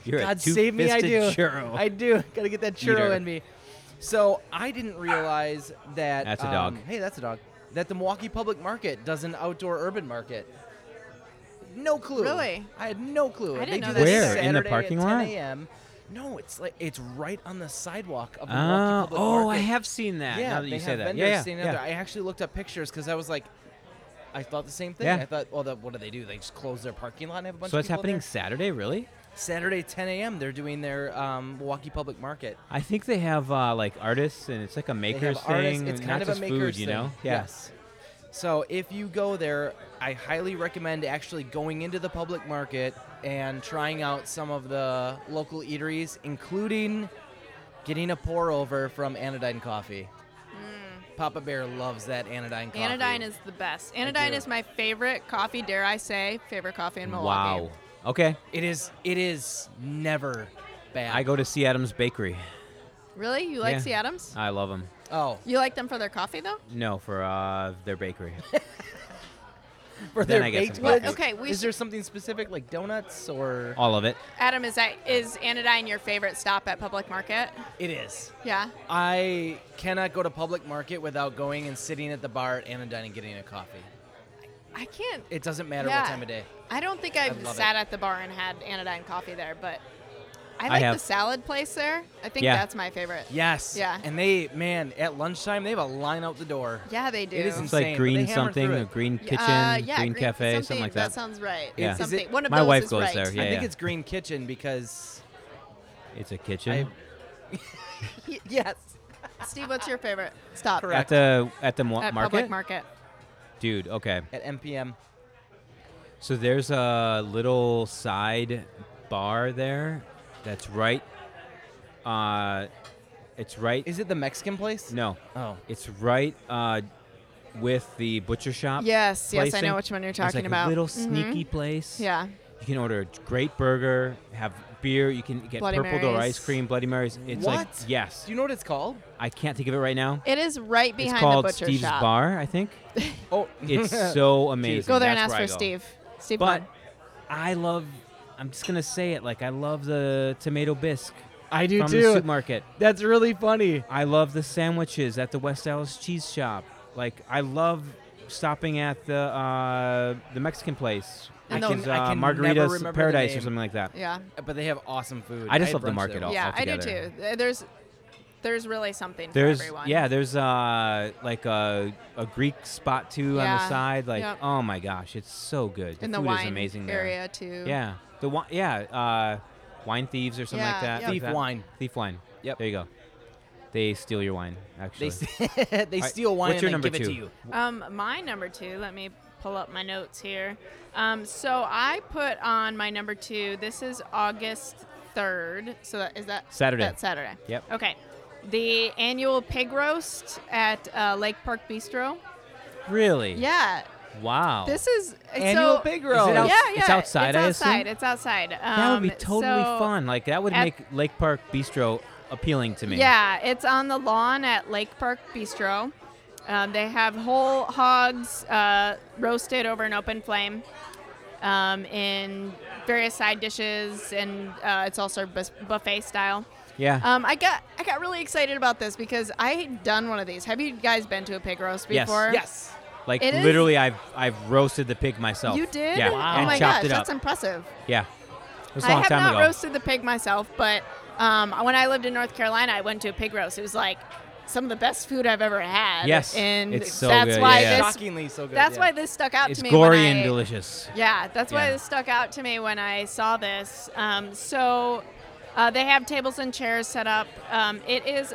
S1: You're a
S4: God
S1: two-fisted
S4: save me, I do.
S1: churro.
S4: I do. Gotta get that churro
S1: Eater.
S4: in me. So I didn't realize that.
S1: That's a dog.
S4: um, Hey, that's a dog. That the Milwaukee Public Market does an outdoor urban market. No clue.
S3: Really?
S4: I had no clue.
S3: I
S4: And
S3: didn't
S4: they do
S3: know
S4: this
S3: that either. Where?
S1: In the
S4: Saturday
S1: parking
S4: at
S1: lot?
S4: 10 a.m. No, it's like it's right on the sidewalk of the
S1: Ah,
S4: Milwaukee Public Market.
S1: oh, I have seen that.
S4: Yeah,
S1: now that
S4: they
S1: you say
S4: have
S1: that.
S4: vendors
S1: Yeah, yeah,
S4: standing out
S1: yeah.
S4: there. I actually looked up pictures because I was like, I thought the same thing.
S1: Yeah.
S4: I thought, well, the, what do they do? They just close their parking lot and have a bunch
S1: So
S4: of
S1: it's
S4: people in
S1: happening
S4: there?
S1: Saturday, really?
S4: Saturday, 10 a.m. They're doing their um, Milwaukee Public Market.
S1: I think they have uh, like artists, and it's like a
S4: They have
S1: makers
S4: artists.
S1: thing.
S4: It's
S1: not
S4: kind of
S1: just
S4: a maker's
S1: food, you
S4: thing.
S1: know?
S4: Yes. So if you go there, I highly recommend actually going into the public market and trying out some of the local eateries, including getting a pour over from Anodyne Coffee. Papa Bear loves that Anodyne coffee.
S3: Mm. Anodyne is the best. Anodyne
S4: do.
S3: is my favorite coffee, dare I say, favorite coffee in Milwaukee.
S1: Wow. Okay.
S4: It is. It is never bad.
S1: I go to see Adams Bakery.
S3: Really? You like
S1: Yeah. Uh,
S3: C. Adams?
S1: I love them.
S4: Oh,
S3: You like them for their coffee though?
S1: No, for uh, their bakery.
S4: for
S1: Then
S4: their
S1: I get
S4: baked
S1: some
S4: goods.
S1: coffee.
S3: Okay, we
S4: is
S3: sh-
S4: there something specific like donuts or?
S1: All of it.
S3: Adam, is that is Anodyne your favorite stop at public market?
S4: It is.
S3: Yeah.
S4: I cannot go to public market without going and sitting at the bar at Anodyne and getting a coffee.
S3: I can't
S4: It doesn't matter
S3: Yeah.
S4: what time of day.
S3: I don't think I've
S4: love
S3: sat
S4: it.
S3: at the bar and had anodyne coffee there, but I like the
S1: have.
S3: salad place there. I think
S1: Yeah.
S3: that's my favorite.
S4: Yes.
S3: Yeah.
S4: And they, man, at lunchtime they have a line out the door.
S3: Yeah, they do.
S4: It is
S1: It's
S4: Insane,
S1: like
S4: but
S1: green
S4: they hammer through
S1: something,
S4: it.
S1: a green kitchen,
S3: uh, yeah,
S1: green, cafe, something, like that.
S3: That sounds right.
S1: Yeah. Is it-
S3: Something. One of
S1: My
S3: those
S1: wife
S3: is
S1: goes
S3: right.
S1: there, yeah.
S4: I think it's Green Kitchen because
S1: it's a kitchen.
S4: yes,
S3: Steve, what's your favorite stop?
S1: at
S4: correct.
S1: the at the mo-
S3: At
S1: market?
S3: public market.
S1: Dude, okay.
S4: at MPM.
S1: So there's a little side bar there that's right uh it's right
S4: Is it the Mexican place?
S1: no.
S4: Oh.
S1: It's right uh with the butcher shop.
S3: Yes, yes, I
S1: Um, placing.
S3: know which one you're
S1: It's like
S3: talking
S1: a
S3: about.
S1: little
S3: Mhm.
S1: sneaky place.
S3: Yeah.
S1: You can order a great burger, have beer, you can get
S3: Bloody
S1: purple door
S3: Marys.
S1: ice cream, bloody marys. It's like
S4: What?
S1: yes.
S4: Do you know what it's called?
S1: I can't think of it right now.
S3: It is right
S1: It's
S3: behind
S1: called
S3: the butcher
S1: Steve's
S3: shop.
S1: Bar, I think.
S4: Oh,
S1: It's so amazing.
S3: Go there and
S1: That's
S3: ask
S1: where
S3: for
S1: I go.
S3: Steve. Steve
S1: But
S3: Glenn.
S1: I love. I'm just gonna say it. Like I love the tomato bisque
S4: I do
S1: from the supermarket.
S4: That's really funny.
S1: I love the sandwiches at the West Dallas Cheese Shop. Like I love stopping at the uh, the Mexican place.
S3: And
S1: which
S3: those-
S1: is,
S4: I can
S1: uh,
S4: never remember the
S1: Margaritas Paradise
S4: name.
S1: or something like that.
S3: Yeah.
S4: But they have awesome food.
S1: I just love
S4: had
S1: the
S4: brunch
S1: market
S4: there.
S1: all-
S3: yeah, I do
S1: altogether.
S3: too. Uh, There's there's really something
S1: There's
S3: for everyone.
S1: yeah, there's uh like a a Greek spot too on
S3: Yeah.
S1: the side. Like
S3: Yep.
S1: oh my gosh, it's so good. The
S3: in the
S1: food
S3: wine
S1: is amazing there.
S3: area too.
S1: Yeah, the wine. Yeah, uh, wine thieves or something like
S3: Yeah,
S1: that.
S3: yep.
S1: Like
S4: Thief
S1: that.
S4: wine.
S1: Thief wine.
S4: Yep.
S1: There you go. They steal your wine. Actually.
S4: They st- they
S1: All right,
S4: steal wine
S1: what's your
S4: and then
S1: number
S4: give it
S1: two?
S4: to you.
S3: Um, my number two. Let me pull up my notes here. Um, so I put on my number two. This is August third. So that is that
S1: Saturday.
S3: That's Saturday.
S1: Yep.
S3: Okay. The annual pig roast at uh, Lake Park Bistro.
S1: Really?
S3: Yeah.
S1: Wow.
S3: This is
S4: Annual
S3: so,
S4: pig roast.
S1: Is it out-
S3: Yeah, yeah.
S1: it's outside,
S3: It's
S1: I assume?
S3: outside. It's outside. Um,
S1: that would be totally
S3: so-
S1: fun. Like that would
S3: at-
S1: make Lake Park Bistro appealing to me.
S3: Yeah, it's on the lawn at Lake Park Bistro. Um, they have whole hogs uh, roasted over an open flame um, in various side dishes, and uh, it's all served bus- buffet style.
S1: Yeah.
S3: Um, I got I got really excited about this because I had done one of these. Have you guys been to a pig roast
S1: Yes.
S3: before?
S4: Yes.
S1: like
S3: it is-
S1: literally, I've I've roasted the pig myself.
S3: You did?
S1: Yeah.
S3: Oh
S1: And
S3: my
S1: chopped
S3: gosh,
S1: it up.
S3: that's impressive.
S1: yeah. It was a
S3: I
S1: long
S3: have
S1: time
S3: not
S1: ago.
S3: roasted the pig myself, but um, when I lived in North Carolina, I went to a pig roast. It was like some of the best food I've ever had.
S1: Yes,
S3: and
S1: it's so
S3: that's
S1: good,
S3: why
S1: yeah.
S3: this
S4: Shockingly so good.
S3: that's
S4: yeah.
S3: why this stuck out
S1: it's
S3: to me.
S1: gory
S3: when
S1: and
S3: I,
S1: delicious.
S3: Yeah, that's why
S1: Yeah.
S3: this stuck out to me when I saw this. Um, so Uh, they have tables and chairs set up. Um, it is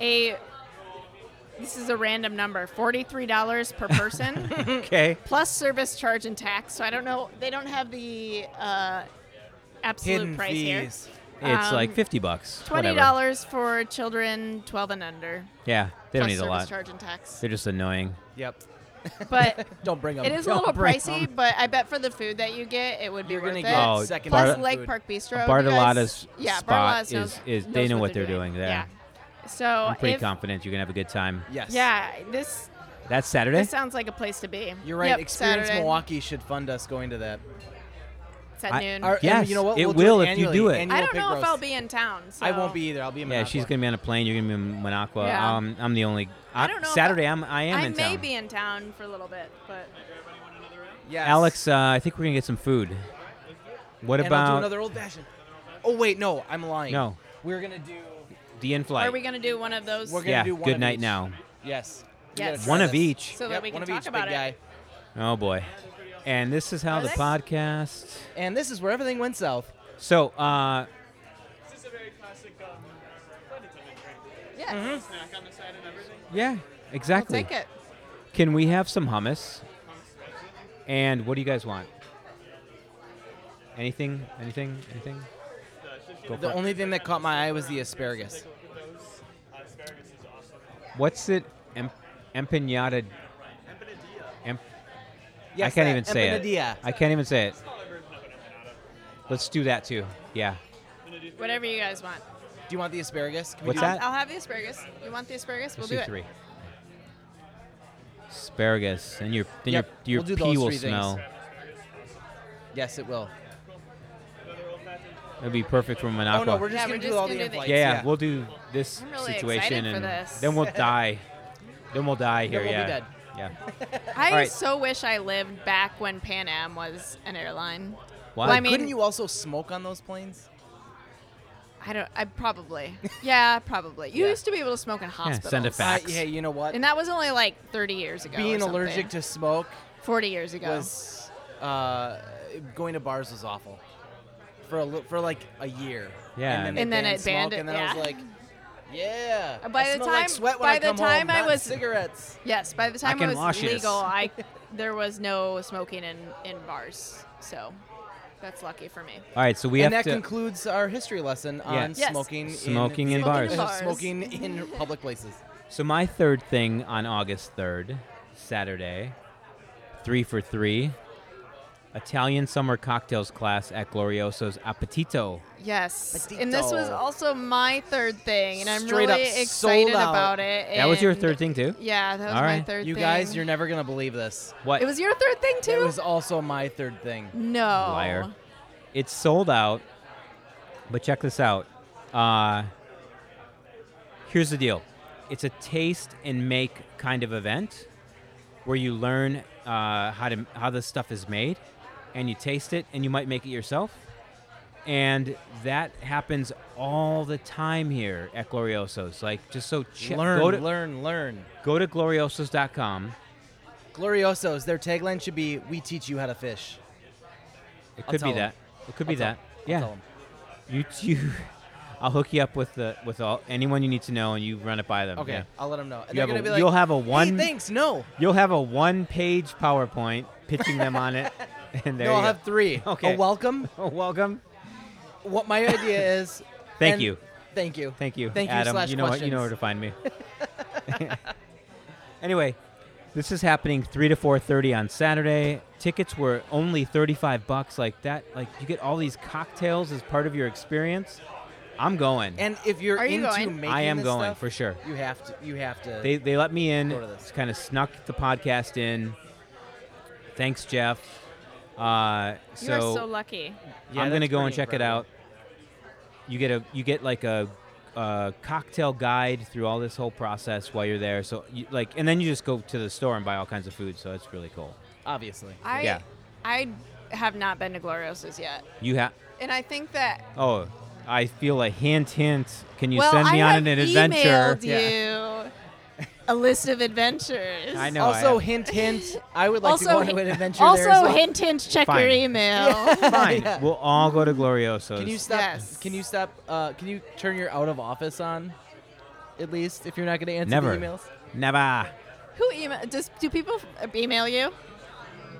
S3: a this is a random number forty three dollars per person
S1: Okay.
S3: plus service charge and tax. So I don't know. They don't have the uh, absolute
S4: Hidden
S3: price here.
S4: fees.
S1: It's
S3: Um,
S1: like 50 bucks.
S3: Twenty
S1: whatever.
S3: dollars for children twelve and under.
S1: Yeah, they
S3: plus
S1: don't need a
S3: service
S1: lot.
S3: charge and tax.
S1: They're just annoying.
S4: Yep.
S3: But
S4: Don't bring them.
S3: it is a
S1: Don't
S3: little
S1: bring
S3: pricey. But I bet for the food that you get, it would be
S4: You're
S3: worth
S4: gonna
S3: it.
S4: get
S1: Oh,
S4: second
S3: Plus,
S1: Bar-
S3: Lake
S4: food.
S3: Park Bistro.
S1: Bartolotta's
S3: you guys- yeah,
S1: spot
S3: Bartolotta's knows-
S1: is- is- they
S3: knows
S1: know
S3: what
S1: what
S3: they're
S1: they're
S3: doing.
S1: doing there.
S3: Yeah. So
S1: I'm pretty
S3: if-
S1: confident you're gonna have a good time.
S4: Yes.
S3: Yeah, this
S1: That's Saturday.
S3: this sounds like a place to be.
S4: You're right.
S3: Yep,
S4: Experience
S3: Saturday.
S4: Milwaukee should fund us going to that.
S3: It's at
S1: I-
S3: noon.
S4: Our- and
S1: Yes,
S4: you know what?
S1: it
S4: We'll
S1: will
S4: do it
S1: if you
S4: annually,
S1: do it.
S4: annual
S3: I don't
S4: pig
S3: know if
S4: roast.
S3: I'll be in town. So.
S4: I won't be either. I'll be in.
S1: yeah, she's
S4: Minocqua.
S1: gonna be on a plane. You're gonna be in Minocqua.
S3: Yeah.
S1: Um, I'm the only.
S3: I don't know if
S1: Saturday,
S3: I-
S1: I'm. I am
S3: I
S1: in
S3: may
S1: town.
S3: be in town for a little bit, but
S4: Yes.
S1: Alex, uh, I think we're gonna get some food. What
S4: And I'll do
S1: about
S4: another old fashioned. Oh wait, no, I'm lying.
S1: No.
S4: We're gonna do.
S1: the in-flight?
S3: are we gonna do one of those?
S4: We're gonna
S1: yeah.
S4: do one
S1: good
S4: of
S1: night
S4: each.
S1: now.
S4: Yes. We
S3: Yes.
S4: gotta try
S1: One of
S4: this.
S1: each.
S3: So that
S4: Yep,
S3: we
S4: one
S3: can
S4: of
S3: talk
S4: each,
S3: about
S4: big
S3: it.
S4: guy.
S1: Oh boy. And this is how
S3: Are
S1: the
S3: they?
S1: podcast.
S4: And this is where everything went south.
S1: So, uh,
S3: Yes,
S4: Mm-hmm.
S1: yeah,
S3: we'll
S1: exactly.
S3: take it.
S1: Can we have some hummus? And what do you guys want? Anything? Anything? Anything? Go for
S4: The
S1: it.
S4: only thing that caught my eye was the asparagus.
S1: What's it? Em- empanada. Em-
S4: Yes,
S1: I can't
S4: that
S1: even say
S4: empanadilla.
S1: it. I can't even say it. Let's do that too. Yeah.
S3: Whatever you guys want.
S4: Do you want the asparagus? Can we
S1: What's
S4: do
S1: that?
S3: I'll have the asparagus. You want the asparagus? We'll
S1: Let's
S3: do
S1: do
S3: it.
S1: three. Asparagus, and your then
S4: Yep,
S1: your
S4: we'll
S1: your
S4: do
S1: pee
S4: those
S1: will
S4: three things.
S1: smell.
S4: Yes, it will.
S1: It'd be perfect for Monaco.
S4: Oh no, we're just
S3: Yeah,
S4: gonna
S3: we're
S4: do
S3: just
S4: all
S3: gonna
S4: the
S3: do the-
S4: inflights.
S1: yeah, yeah, we'll do this
S3: I'm really
S1: situation,
S3: excited for
S1: and
S3: this.
S1: then we'll die. then we'll die here.
S4: we'll be
S1: yeah.
S4: dead.
S1: Yeah.
S3: I
S1: All right.
S3: so wish I lived back when Pan Am was an airline.
S1: Why?
S3: Well, I mean-
S4: Couldn't you also smoke on those planes?
S3: I don't. I probably. Yeah, probably. You
S4: Yeah.
S3: used to be able to smoke in hospitals.
S1: send a
S4: Uh,
S1: fax.
S4: hey, you know what?
S3: And that was only like 30 years ago. or
S4: Being allergic
S3: something.
S4: to smoke
S3: 40 years ago.
S4: was uh, going to bars was awful for a li- for like a year.
S1: Yeah.
S4: and then, they
S3: And then it banned
S4: smoke,
S3: it,
S4: and then I
S3: yeah.
S4: was like, yeah.
S3: Uh, by
S4: I
S3: the
S4: smell like
S3: time-
S4: sweat when
S3: by
S4: I
S3: the
S4: come
S3: time
S4: home,
S3: I
S4: not
S3: was-
S4: cigarettes.
S3: yes, by the time
S1: can
S3: it was
S1: wash this.
S3: legal, I there was no smoking in in bars. So that's lucky for me.
S1: All right, so we
S4: and
S1: have
S4: that
S1: to
S4: concludes our history lesson on
S3: Yes.
S1: Smoking
S4: smoking,
S1: in
S4: in,
S1: Smoking in bars.
S3: bars.
S4: smoking in public places.
S1: So my third thing on August 3rd, Saturday, 3 for 3, Italian summer cocktails class at Glorioso's Appetito.
S3: Yes, and this was
S4: Petito.
S3: also my third thing, and I'm
S4: Straight up
S3: really
S4: sold
S3: excited
S4: out.
S3: about it.
S1: That was your
S3: and-
S1: third thing too?
S3: Yeah, that was
S1: All
S3: my
S1: right.
S3: third.
S4: You
S3: thing.
S4: guys, you're never gonna believe this.
S1: What?
S3: It was your third thing too.
S4: It was also my third thing.
S3: no
S1: liar. It's sold out. But check this out. Uh, here's the deal. It's a taste and make kind of event where you learn uh, how to how this stuff is made, and you taste it, and you might make it yourself. And that happens all the time here at Gloriosos. Like just so check.
S4: learn,
S1: go to
S4: learn, learn.
S1: go to gloriosos.com.
S4: Gloriosos. Their tagline should be, "We teach you how to fish."
S1: It
S4: I'll
S1: could
S4: tell
S1: be
S4: 'em.
S1: that. It could be
S4: I'll tell-
S1: that.
S4: I'll
S1: yeah.
S4: tell 'em.
S1: You you I'll hook you up with the with all anyone you need to know, and you run it by them.
S4: Okay,
S1: yeah.
S4: I'll let them know. And
S1: You
S4: they're
S1: have
S4: gonna
S1: a-
S4: be like,
S1: you'll have a
S4: "Hey,
S1: one-
S4: thanks. No,
S1: You'll have a one-page PowerPoint pitching them on it, and there you
S4: no, I'll
S1: go.
S4: have three.
S1: Okay.
S4: A welcome.
S1: Oh, welcome.
S4: What my idea is.
S1: Thank
S4: and-
S1: you.
S4: Thank you.
S1: Thank you,
S4: Thank you
S1: Adam.
S4: slash
S1: you know what? You know where to
S4: questions.
S1: find me. anyway, this is happening three to four thirty on Saturday. Tickets were only thirty-five bucks. Like that, like you get all these cocktails as part of your experience. I'm going.
S4: And if you're
S3: Are you
S4: into
S3: going?
S4: making
S1: I am
S4: this
S1: going
S4: stuff,
S1: for sure.
S4: You have to. You have to.
S1: They, they let me in.
S4: Go to this.
S1: Kind of snuck the podcast in. Thanks, Jeff. Uh,
S3: You
S1: so,
S3: are so lucky.
S4: Yeah,
S1: I'm gonna
S4: that's
S1: go and
S4: pretty
S1: check
S4: incredible.
S1: it out. You get a you get like a, a cocktail guide through all this whole process while you're there. So you, like, and then you just go to the store and buy all kinds of food. So it's really cool.
S4: Obviously.
S3: I
S1: Yeah.
S3: I have not been to Gloriosos yet,
S1: You have
S3: and I think that
S1: oh, I feel a hint hint. Can you
S3: well,
S1: send me
S3: I
S1: on
S3: have
S1: an adventure?
S3: emailed you a list of adventures.
S1: I know. I
S4: also,
S1: have-
S4: hint, hint. I would like
S3: also,
S4: to go
S3: hi-
S4: on an adventure
S3: also
S4: there as well.
S3: hint, hint, check
S1: Fine.
S3: your email.
S1: Fine.
S4: Yeah.
S1: We'll all go to Gloriosos.
S4: Can you stop?
S3: Yes.
S4: Can you stop? Uh, can you turn your out of office on, at least if you're not going to answer
S1: Never.
S4: the emails?
S1: Never.
S3: Who email? Does do people f- email you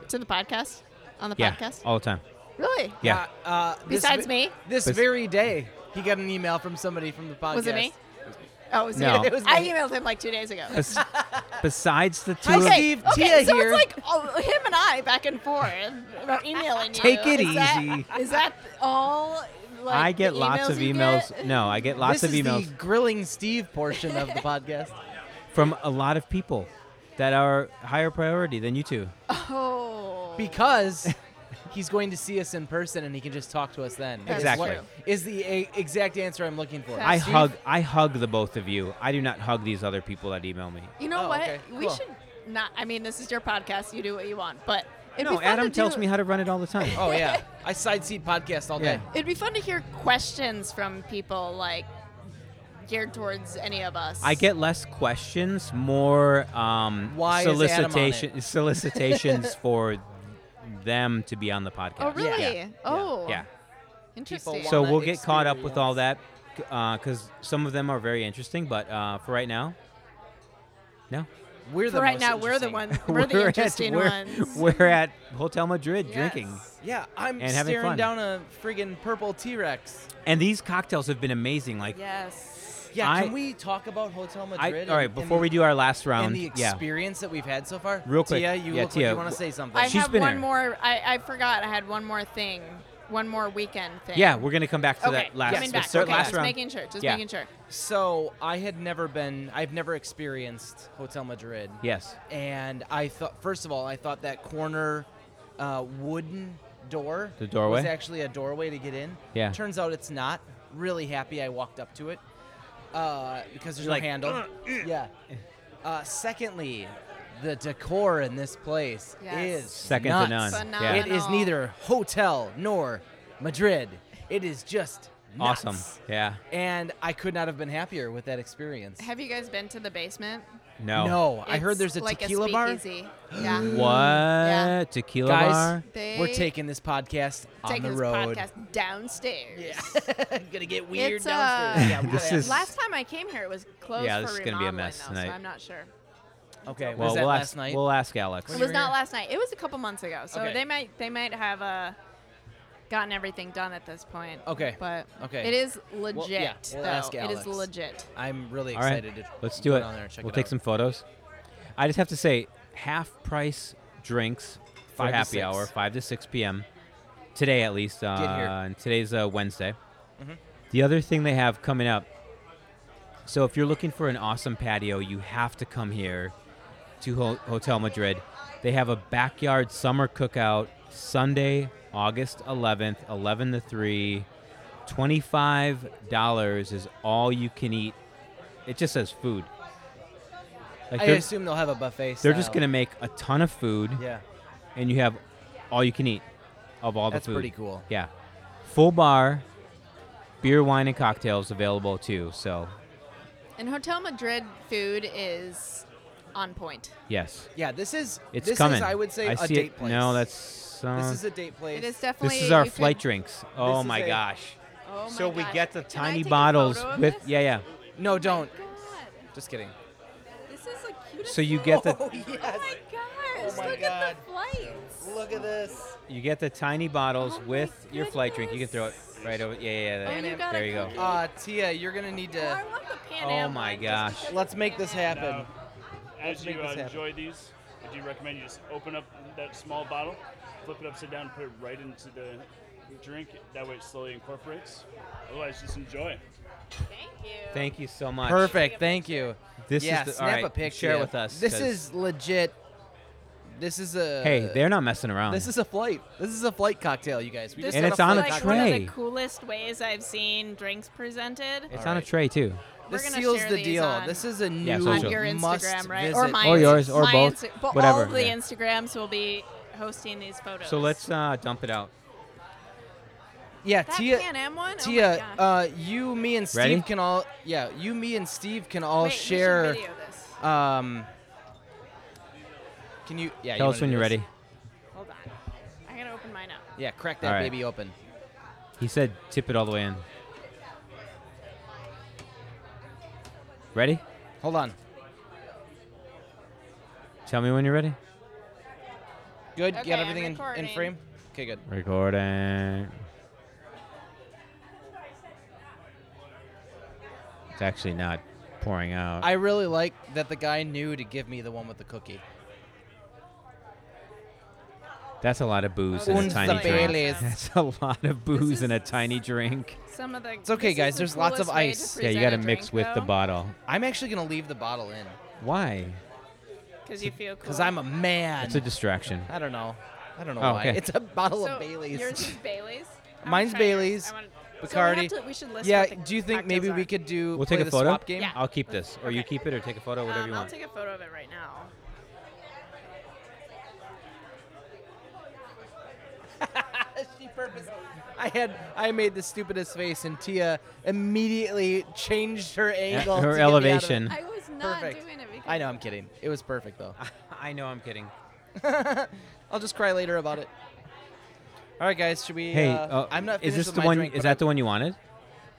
S3: to the podcast on the
S1: Yeah.
S3: podcast?
S1: All the time.
S3: Really?
S1: Yeah.
S4: Uh, uh, this
S3: Besides
S4: ve-
S3: me?
S4: this
S1: Bes-
S4: very day, he got an email from somebody from the podcast.
S3: Was it me? Oh, it was
S1: No.
S3: you.
S4: It was
S3: I
S4: me.
S3: emailed him like two days ago.
S1: Bes- besides the two
S4: Hi,
S1: of
S4: Steve.
S3: Okay, okay,
S4: Tia
S3: so
S4: here.
S3: it's like oh, him and I back and forth about emailing you.
S1: Take it
S3: Is that-
S1: easy.
S3: Is that all? Like,
S1: I get
S3: the
S1: lots of
S3: you
S1: emails.
S3: get?
S1: No, I get lots
S4: this
S1: of
S4: is
S1: emails
S4: the grilling Steve portion of the podcast.
S1: from a lot of people that are higher priority than you two.
S3: Oh.
S4: because he's going to see us in person and he can just talk to us then. That is
S1: Exactly.
S4: what- Is the a- exact answer I'm looking for.
S1: I
S3: Steve?
S1: hug I hug the both of you. I do not hug these other people that email me.
S3: You know
S4: Oh,
S3: what?
S4: okay,
S3: We
S4: cool.
S3: should not. I mean, this is your podcast. You do what you want. But it'd be
S1: No,
S3: fun
S1: Adam
S3: to
S1: tells
S3: do,
S1: me how to run it all the time.
S4: Oh yeah, I side seat podcast all
S1: Yeah.
S4: day.
S3: It'd be fun to hear questions from people like geared towards any of us.
S1: I get less questions, more um,
S4: Why is Adam on
S1: solicitation solicitations for them to be on the podcast.
S3: Oh really?
S4: Yeah.
S3: Oh.
S1: Yeah.
S3: Interesting.
S4: People
S1: So
S4: wanna
S1: we'll get caught up with
S4: experience.
S1: all that because some of them are very interesting, but uh, for right now, no.
S4: We're the
S3: For right
S4: most
S3: now, we're the
S4: interesting.
S3: ones. We're the interesting
S1: at, we're,
S3: ones.
S1: We're at Hotel Madrid
S3: Yes.
S1: drinking.
S4: Yeah, I'm
S1: And having
S4: staring
S1: fun.
S4: down a friggin' purple T-Rex.
S1: And these cocktails have been amazing. Like,
S3: Yes.
S4: Yeah,
S1: I-
S4: can we talk about Hotel
S1: I,
S4: Madrid?
S1: all right,
S4: and-
S1: before
S4: and,
S1: we do our last round,
S4: and the
S1: yeah.
S4: experience that we've had so far.
S1: Real quick,
S4: Tia, you
S1: yeah,
S4: look
S1: Tia,
S4: like you want
S1: wh-
S4: to say something.
S3: I
S1: She's
S3: have
S1: been
S3: one
S1: here.
S3: more. I, I forgot. I had one more thing. One more weekend thing.
S1: Yeah, we're gonna come back to
S3: okay.
S1: that last.
S3: coming
S1: let's
S3: back.
S1: start
S3: okay,
S1: last
S3: just
S1: round.
S3: making sure. Just
S1: Yeah.
S3: making sure.
S4: so I had never been. I've never experienced Hotel Madrid.
S1: Yes.
S4: and I thought first of all I thought that corner uh, wooden door
S1: The doorway?
S4: was actually a doorway to get in.
S1: Yeah.
S4: Turns out it's not. Really happy I walked up to it uh, because there's
S1: You're like,
S4: no handle. yeah. Uh, secondly, the decor in this place
S3: Yes.
S4: is
S1: Second
S4: nuts.
S1: to none.
S3: Phenomenal.
S1: Yeah.
S4: It is neither hotel nor Madrid. It is just nuts.
S1: Awesome. Yeah.
S4: And I could not have been happier with that experience.
S3: Have you guys been to the basement?
S1: No.
S4: No, I heard
S3: It's
S4: there's a
S3: like
S4: tequila
S3: a
S4: bar.
S3: speakeasy. Yeah.
S1: What tequila
S4: Guys,
S1: bar?
S3: They
S4: we're taking this podcast
S3: taking
S4: on the
S3: this
S4: road.
S3: podcast downstairs.
S4: Yeah, gonna get weird
S3: It's, uh,
S4: downstairs. yeah, we're
S1: This
S4: gonna-
S1: is-
S3: Last time I came here, it was closed
S1: Yeah,
S3: for
S1: this is gonna
S3: remodeling,
S1: be a mess
S3: though,
S1: tonight.
S3: so I'm not sure.
S4: okay.
S1: well,
S4: was that
S1: we'll
S4: last
S1: ask.
S4: night?
S1: We'll ask Alex.
S3: It
S4: When
S3: was
S4: you were
S3: not
S4: here?
S3: last night. It was a couple months ago, so
S4: Okay.
S3: they might they might have uh, gotten everything done at this point.
S4: Okay.
S3: but
S4: Okay.
S3: it is legit.
S4: yeah, we'll
S3: though.
S4: ask
S3: It is
S4: Alex.
S3: legit.
S4: I'm really
S1: All right.
S4: excited. to
S1: Let's do
S4: go
S1: it.
S4: Down there and check
S1: we'll
S4: it
S1: take
S4: out.
S1: some photos. I just have to say, half price drinks for
S4: Five to
S1: happy
S4: six.
S1: hour, five to six p.m. Today at least. Uh,
S4: here. Mm-hmm.
S1: And today's uh, Wednesday. The other thing they have coming up. So if you're looking for an awesome patio, you have to come here to Ho- Hotel Madrid. They have a backyard summer cookout Sunday, August 11th, 11 to 3. $25 is all you can eat. It just says food. Like
S4: I
S1: they're,
S4: assume they'll have a buffet.
S1: they're just
S4: style.
S1: going to make a ton of food
S4: Yeah,
S1: and you have all you can eat of all
S4: that's
S1: the food.
S4: pretty cool.
S1: Yeah. Full bar, beer, wine, and cocktails available too. So,
S3: And Hotel Madrid food is on point.
S1: yes.
S4: Yeah, this is.
S1: It's
S4: this
S1: coming.
S4: Is, I would say
S1: I
S4: a
S1: see
S4: date
S1: it.
S4: place.
S1: No, that's. Uh,
S4: This is a date place.
S3: It is definitely.
S1: This is our
S3: you could-
S1: flight drinks. Oh
S4: is
S1: my
S4: a-
S1: gosh.
S3: Oh my
S1: so we
S3: gosh.
S1: get the
S3: Can I
S1: tiny
S3: take a
S1: bottles
S3: photo of
S1: with
S3: this?
S1: yeah, yeah.
S4: no, don't.
S3: Oh God,
S4: Just kidding.
S3: this is the cutest.
S1: So you get the
S4: Oh yes.
S3: Oh my gosh!
S4: Oh my
S3: look
S4: God.
S3: at the flights.
S4: Look at this.
S1: you get the tiny bottles
S3: Oh my
S1: with your flight drink. You can throw it right over. Yeah, yeah,
S3: Oh,
S1: yeah.
S3: you got
S1: there
S3: a
S1: you go.
S3: cookie.
S4: Uh, Tia, you're gonna need
S3: Oh, I
S4: to.
S3: want the Pan
S1: Oh
S3: Am
S1: my
S3: one, just
S1: gosh.
S3: because
S4: Let's make this happen.
S5: Now, as
S4: make
S5: you
S4: this
S5: uh,
S4: happen.
S5: enjoy these, I do recommend you just open up that small bottle, flip it upside down, put it right into the drink. That way it slowly incorporates. Otherwise, just enjoy.
S3: Thank you.
S1: Thank you so much.
S4: Perfect. Thank you.
S1: This
S4: yeah,
S1: is the, all
S4: snap
S1: right,
S4: a picture.
S1: Share it with us.
S4: This
S1: 'cause-
S4: is legit. This is a.
S1: Hey, they're not messing around.
S4: This is a flight. This is a flight cocktail, you guys. We
S3: This
S4: just
S1: And
S4: got
S1: it's on a
S4: flight
S3: like
S4: cocktail.
S3: one of the
S1: tray.
S3: coolest ways I've seen drinks presented.
S1: It's
S4: All
S1: on a
S4: right.
S1: tray too.
S3: We're
S4: This
S3: gonna
S4: seals
S3: share
S4: the
S3: these
S4: deal.
S3: on-
S4: This is a new
S1: Yeah,
S3: on
S1: social.
S3: your
S4: must
S3: Instagram, right?
S4: visit.
S3: mine.
S1: Or yours, or
S3: my
S1: both,
S3: Insta- but
S1: whatever,
S3: All of the
S1: yeah.
S3: Instagrams will be hosting these photos.
S1: So let's uh, dump it out.
S4: Yeah,
S3: That
S4: Tia.
S3: Pan Am one.
S4: Tia,
S3: oh my gosh.
S4: uh, you, me, and Steve
S1: Ready?
S4: can all. Yeah, you, me, and Steve can all
S3: Wait, we should
S4: share
S3: video this.
S4: Um, can you? Yeah.
S1: Tell
S4: you
S1: us
S4: wanna
S1: when
S4: do
S1: you're
S4: this.
S1: ready.
S3: Hold on. I gotta open mine up.
S4: Yeah, crack that
S1: All right.
S4: baby open.
S1: He said, "Tip it all the way in." Ready?
S4: Hold on.
S1: Tell me when you're ready.
S4: Good.
S3: Okay,
S4: got
S3: I'm
S4: everything in, in
S3: recording.
S4: frame. Okay, good.
S1: Recording. It's actually not pouring out.
S4: I really like that the guy knew to give me the one with the cookie.
S1: That's a lot of baileys in a
S4: Uns the
S1: tiny drink.
S4: Baileys.
S1: That's a lot of booze in a
S3: is-
S1: tiny drink.
S3: Some of the. It's
S4: okay, guys, there's lots of ice.
S1: Yeah, you got to mix with the bottle.
S4: I'm actually gonna leave the bottle in
S1: Why?
S3: Because you feel cool.
S4: because I'm a man.
S1: It's a distraction.
S4: I don't know. I don't know
S1: Oh,
S4: why.
S1: okay.
S4: It's a bottle
S3: so
S4: of Bailey's.
S3: Yours is Bailey's. I wanna
S4: Mine's
S3: try yours.
S4: Bailey's,
S3: I wanna- So we,
S4: Bacardi.
S3: have to, we should list.
S4: yeah.
S3: what the
S4: Do you think maybe
S3: cocktails
S4: we
S3: are.
S4: could do
S1: We'll
S4: play
S1: take a
S4: the
S1: photo?
S4: swap game?
S3: Yeah.
S1: I'll keep this, or you
S3: Okay.
S1: keep it, or take a photo, whatever
S3: Um,
S1: you
S3: I'll
S1: want.
S3: take a photo of it right now.
S4: Uh, she purpose. I had I made the stupidest face, and Tia immediately changed her angle, to
S1: her
S4: get me out of it.
S1: elevation.
S3: I was not
S4: not Perfect.
S3: doing
S4: doing
S3: it because
S4: I know I'm kidding. It was perfect though.
S1: I know I'm kidding.
S4: I'll just cry later about it. All right, guys, should we?
S1: Hey,
S4: uh,
S1: uh,
S4: I'm not.
S1: Is
S4: finished
S1: this
S4: with
S1: the
S4: my
S1: one?
S4: Drink,
S1: is
S4: but
S1: that the one you wanted?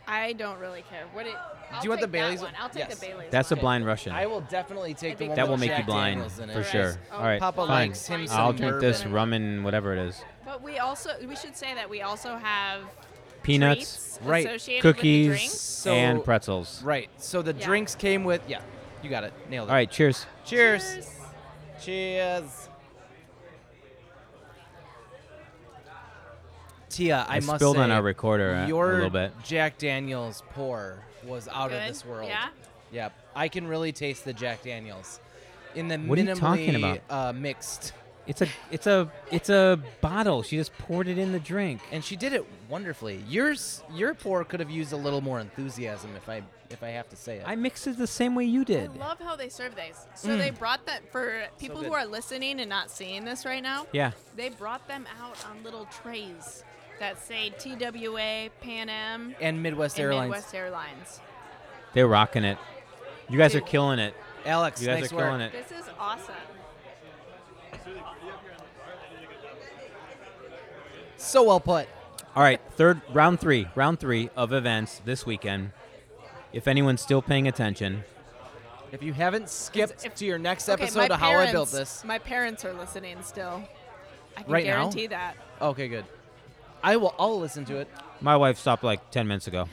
S3: I don't really care. What it, I'll
S4: you want the
S3: take that
S4: Bailey's
S3: One.
S4: one?
S3: I'll take
S4: Yes.
S3: the Bailey's.
S1: That's a
S3: one.
S1: blind Russian.
S4: I will definitely take the
S3: think
S4: one
S1: that
S4: with
S1: will make you
S4: Jack
S1: blind
S4: Daniels in it.
S1: for sure.
S3: Oh,
S1: All right,
S4: Papa
S1: fine.
S4: likes him some
S1: I'll drink this
S4: bourbon.
S1: rum and whatever it is.
S3: But we also we should say that we also have
S1: Peanuts,
S3: treats
S4: right,
S3: associated with the
S1: cookies,
S3: drinks.
S4: So-
S1: and pretzels.
S4: Right. So the
S3: Yeah.
S4: drinks came with. Yeah, you got it. Nailed it.
S1: All right, cheers.
S4: Cheers.
S3: Cheers.
S4: Cheers. Tia, I,
S1: I
S4: must
S1: spilled
S4: say,
S1: on our recorder a- a
S4: your
S1: little bit.
S4: Jack Daniels pour was out of
S3: Good?
S4: this world.
S3: Yeah?
S4: Yep. I can really taste the Jack Daniels in the
S1: What are
S4: minimally
S1: you talking
S4: Uh, mixed,
S1: It's a it's a it's a bottle. She just poured it in the drink.
S4: and she did it wonderfully. Yours, your pour could have used a little more enthusiasm, if I if I have to say it.
S1: I mixed it the same way you did.
S3: I love how they serve these. So they brought that for people who
S4: Mm. good.
S3: are listening and not seeing this right now.
S1: Yeah.
S3: They brought them out on little trays that say TWA, Pan Am,
S4: and Midwest
S3: and
S4: Airlines.
S3: Midwest Airlines.
S1: They're rocking it. You guys are
S3: Dude.
S1: killing it.
S4: Alex,
S1: You guys
S4: nice
S1: are killing
S4: work.
S1: it.
S3: This is awesome.
S4: So well put.
S1: All right, third round 3, round 3 of events this weekend. If anyone's still paying attention,
S4: If you haven't skipped
S3: if-
S4: to your next
S3: Okay,
S4: episode
S3: my
S4: of How I Built
S3: parents-
S4: This,
S3: My parents are listening still. I can
S4: Right now?
S3: guarantee that.
S4: okay, good. I will. I'll listen to it.
S1: my wife stopped like 10 minutes ago.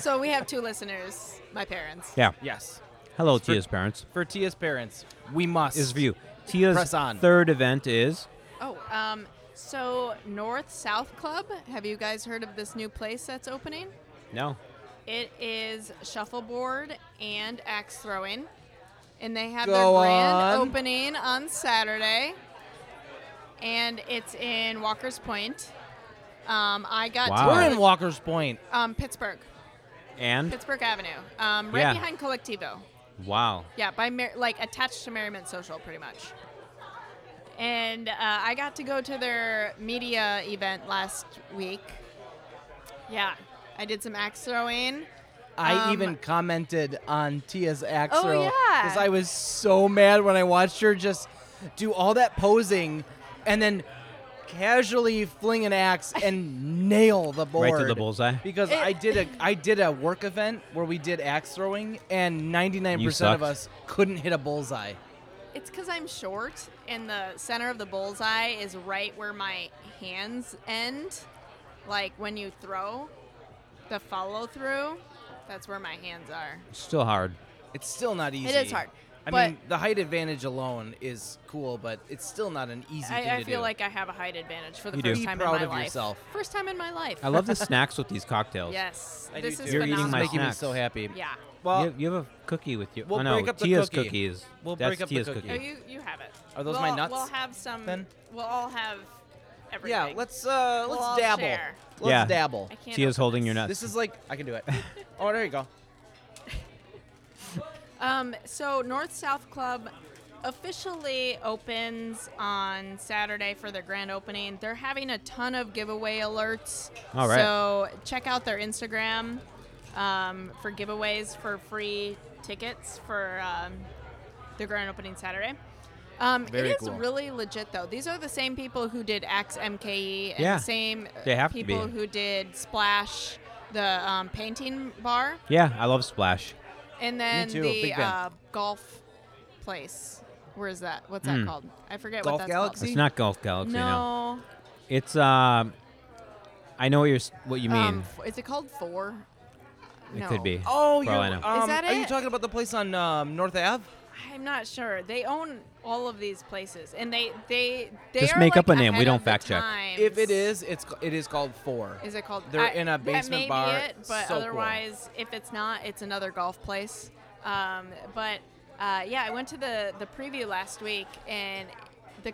S3: So we have two listeners, my parents.
S1: Yeah.
S4: Yes.
S1: Hello Tia's parents.
S4: For Tia's parents, we must.
S1: Is view. Tia's
S4: Press on.
S1: third event is
S3: Oh, um, so North South Club, have you guys heard of this new place that's opening?
S1: No.
S3: It is shuffleboard and axe throwing. And they have
S4: Go
S3: their grand
S4: on.
S3: opening on Saturday. And it's in Walker's Point. Um, I got
S1: Wow.
S4: We're
S3: to
S4: in Walker's Point.
S3: um, Pittsburgh,
S1: And
S3: Pittsburgh Avenue, um, right
S1: Yeah.
S3: behind Collectivo.
S1: wow.
S3: Yeah, by Mer- like attached to Merriment Social, pretty much. And uh, I got to go to their media event last week. Yeah, I did some axe throwing.
S4: I
S3: Um,
S4: even commented on Tia's axe
S3: Oh, yeah.
S4: because I was so mad when I watched her just do all that posing and then casually fling an axe and nail the board
S1: Right to the bullseye.
S4: Because I did a I did a work event where we did axe throwing and 99%
S1: sucked.
S4: of us couldn't hit a bullseye.
S3: It's because I'm short, and the center of the bullseye is right where my hands end. Like when you throw, the follow through, that's where my hands are.
S1: Still hard.
S4: It's still not easy.
S3: is hard,
S4: I
S3: but-
S4: mean, the height advantage alone is cool, but it's still not an easy thing
S3: I, I
S4: to
S3: feel
S4: do.
S3: like I have a height advantage for the
S1: You do.
S3: first
S1: Be
S3: time
S4: proud
S3: in my
S4: of
S3: life.
S4: yourself.
S3: First time in my life.
S1: I love the snacks with these cocktails.
S3: Yes,
S4: I do
S3: this
S4: too.
S3: is
S1: You're eating
S3: phenomenal.
S1: my
S4: It's making me
S1: snacks.
S4: so happy.
S3: Yeah.
S4: Well,
S1: you, have, you have a cookie with you.
S4: We'll
S1: oh, no,
S4: break up the
S1: Tia's
S4: cookie.
S1: cookies.
S4: We'll
S1: That's
S4: break up the
S1: Tia's
S4: cookie.
S3: Oh,
S1: cookie.
S3: you you have it.
S4: Are those
S3: we'll,
S4: my nuts,
S3: We'll have some.
S4: then?
S3: We'll all have everything.
S4: yeah, let's uh,
S3: We'll
S4: let's
S3: all
S4: dabble.
S3: share.
S4: Let's
S1: Yeah.
S4: dabble.
S3: I can't
S1: Tia's
S3: open
S1: holding
S3: this.
S1: your nuts.
S4: This is like I can do it. oh, there you go.
S3: Um, so North South Club officially opens on Saturday for their grand opening. They're having a ton of giveaway alerts.
S1: All right.
S3: So check out their Instagram um, for giveaways for free tickets for um, the grand opening Saturday. Um,
S4: Very
S3: it is
S4: cool.
S3: really legit though. These are the same people who did X MKE E and
S1: Yeah.
S3: the same uh,
S1: They have to
S3: people
S1: be.
S3: who did Splash, the um, painting bar,
S1: Yeah, I love Splash.
S3: and then
S4: too,
S3: the
S4: big fan.
S3: uh, golf place. Where is that? What's
S1: Hmm.
S3: that called? I forget
S4: Golf
S3: what that's
S4: Galaxy?
S1: It's not Golf Galaxy.
S3: called.
S1: No,
S3: No.
S1: it's um. I know what you're s- what you mean.
S3: Um, f- is it called Four?
S1: it
S3: no.
S1: could be.
S4: Oh,
S1: For
S4: you're,
S1: all I know.
S4: um,
S3: Is that
S4: are you
S3: it?
S4: talking about the place on um, North Ave?
S3: I'm not sure. They own all of these places, and they they they
S1: Just
S3: are
S1: make up
S3: like
S1: a name. We
S3: ahead
S1: don't
S3: of the
S1: fact check.
S3: times.
S4: If it is, it's ca- it is called Four.
S3: is it called?
S4: They're
S3: I-
S4: in a
S3: that
S4: basement
S3: may
S4: bar.
S3: Be it, but
S4: So cool.
S3: otherwise, if it's not, it's another golf place. Um, but uh, yeah, I went to the the preview last week, and the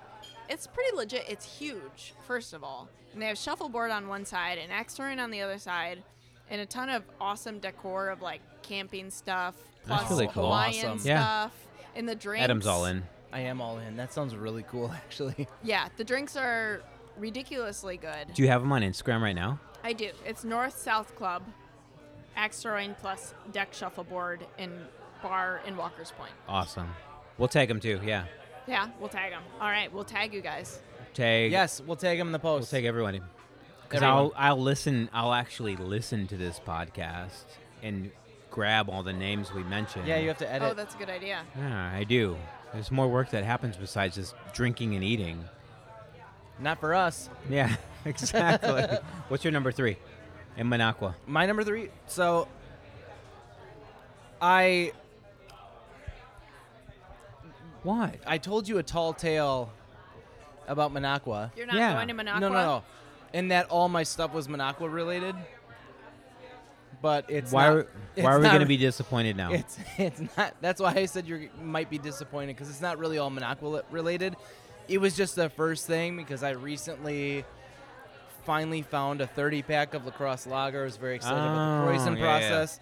S3: it's pretty legit. It's huge, first of all, and they have shuffleboard on one side and axe throwing on the other side, and a ton of awesome decor of like camping stuff, plus
S1: That's really cool.
S3: Hawaiian
S4: Awesome.
S1: Yeah.
S3: stuff, and the drinks.
S1: Adam's all in.
S4: I am all in. That sounds really cool, actually.
S3: Yeah, the drinks are ridiculously good.
S1: Do you have him on Instagram right now?
S3: I do. It's North South Club, axe throwing plus deck shuffleboard and bar in Walker's Point.
S1: Awesome. We'll tag him too. Yeah.
S3: Yeah, we'll tag them. All right, we'll tag you guys.
S1: Tag.
S4: Yes, we'll tag him in the
S1: We'll
S4: post.
S1: tag everyone. Because
S4: Everyone.
S1: I'll I'll listen. I'll actually listen to this podcast and grab all the names we mentioned.
S4: yeah, you have to edit.
S3: Oh, that's a good idea.
S1: Yeah, Ah, I do. There's more work that happens besides just drinking and eating.
S4: Not for us.
S1: Yeah, exactly. What's your number three? In Minocqua.
S4: My number three. So, I
S1: What?
S4: I told you a tall tale about Minocqua.
S3: You're not
S1: Yeah.
S3: going to Minocqua?
S4: No, no, no. And that all my stuff was Minocqua related. But it's
S1: why
S4: not-
S1: are,
S4: it's
S1: why are we
S4: not
S1: going to be
S4: re-
S1: disappointed now?
S4: It's it's not. That's why I said you might be disappointed because it's not really all Minocqua related. It was just the first thing because I recently finally found a 30 pack of Lacrosse Lager. I was very excited about the
S1: Oh,
S4: Croissant
S1: yeah, yeah.
S4: process.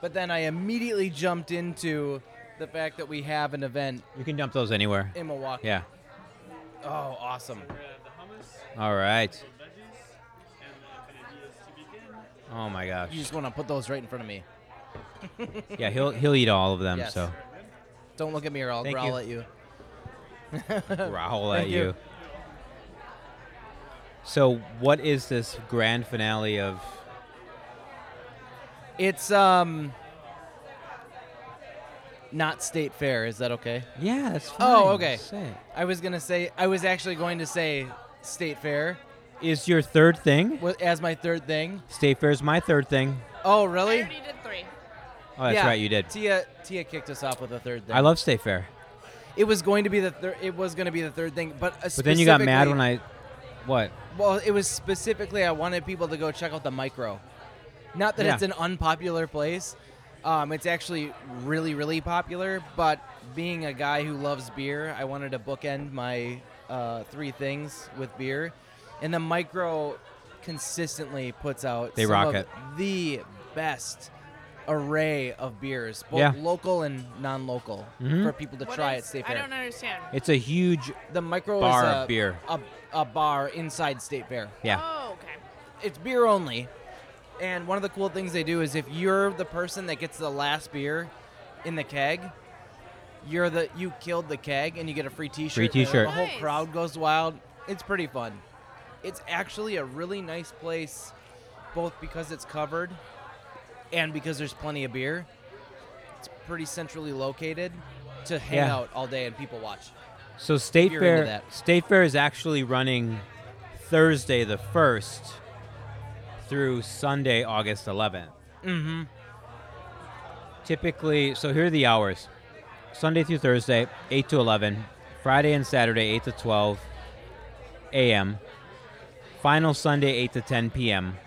S4: But then I immediately jumped into the fact that we have an event
S1: you can dump those anywhere.
S4: in Milwaukee.
S1: Yeah.
S4: Oh, awesome.
S1: All right. Oh my gosh.
S4: You just want to put those right in front of me.
S1: Yeah, he'll he'll eat all of them.
S4: Yes.
S1: So
S4: Don't look at me or I'll
S1: Thank
S4: growl
S1: you.
S4: at you.
S1: growl
S4: Thank
S1: at you.
S4: you.
S1: So what is this grand finale of?
S4: It's um not state fair. Is that okay?
S1: Yeah, that's fine.
S4: Oh, okay.
S1: Say it.
S4: I was gonna say. I was actually going to say state fair
S1: Is your third thing?
S4: wa- as my third thing.
S1: State fair is my third thing.
S4: Oh,
S3: I
S4: really?
S3: already did three.
S1: Oh, that's
S4: Yeah,
S1: right, you did.
S4: Tia Tia kicked us off with a third thing.
S1: I love State Fair,
S4: It was going to be the thir- it was going to be the third thing, but uh,
S1: but then you got mad when I. What?
S4: Well, it was specifically I wanted people to go check out the micro. Not that
S1: Yeah.
S4: it's an unpopular place. Um, it's actually really, really popular. But being a guy who loves beer, I wanted to bookend my uh, three things with beer, and the micro consistently puts out
S1: They
S4: some
S1: rock
S4: of
S1: it.
S4: the best array of beers, both
S1: Yeah.
S4: local and non-local,
S1: Mhm.
S4: for people to
S3: What
S4: try
S3: is-
S4: at State
S3: I
S4: Fair.
S3: don't understand.
S1: It's a huge.
S4: The micro
S1: Bar
S4: is
S1: of
S4: a
S1: beer.
S4: a, a bar inside State Fair
S1: Yeah.
S3: Oh, okay.
S4: it's beer only. And one of the cool things they do is if you're the person that gets the last beer in the keg, you're the you killed the keg and you get a free t-shirt.
S1: Free t-shirt.
S4: The whole
S3: Nice.
S4: crowd goes wild. It's pretty fun. It's actually a really nice place both because it's covered and because there's plenty of beer. It's pretty centrally located to hang
S1: Yeah.
S4: out all day and people watch.
S1: So State
S4: you're into
S1: Fair,
S4: that.
S1: State Fair is actually running Thursday the first through Sunday, August 11th.
S4: Mm-hmm.
S1: Typically, so here are the hours: Sunday through Thursday, 8 to 11; Friday and Saturday, 8 to 12 a.m. Final Sunday, 8 to 10 p.m.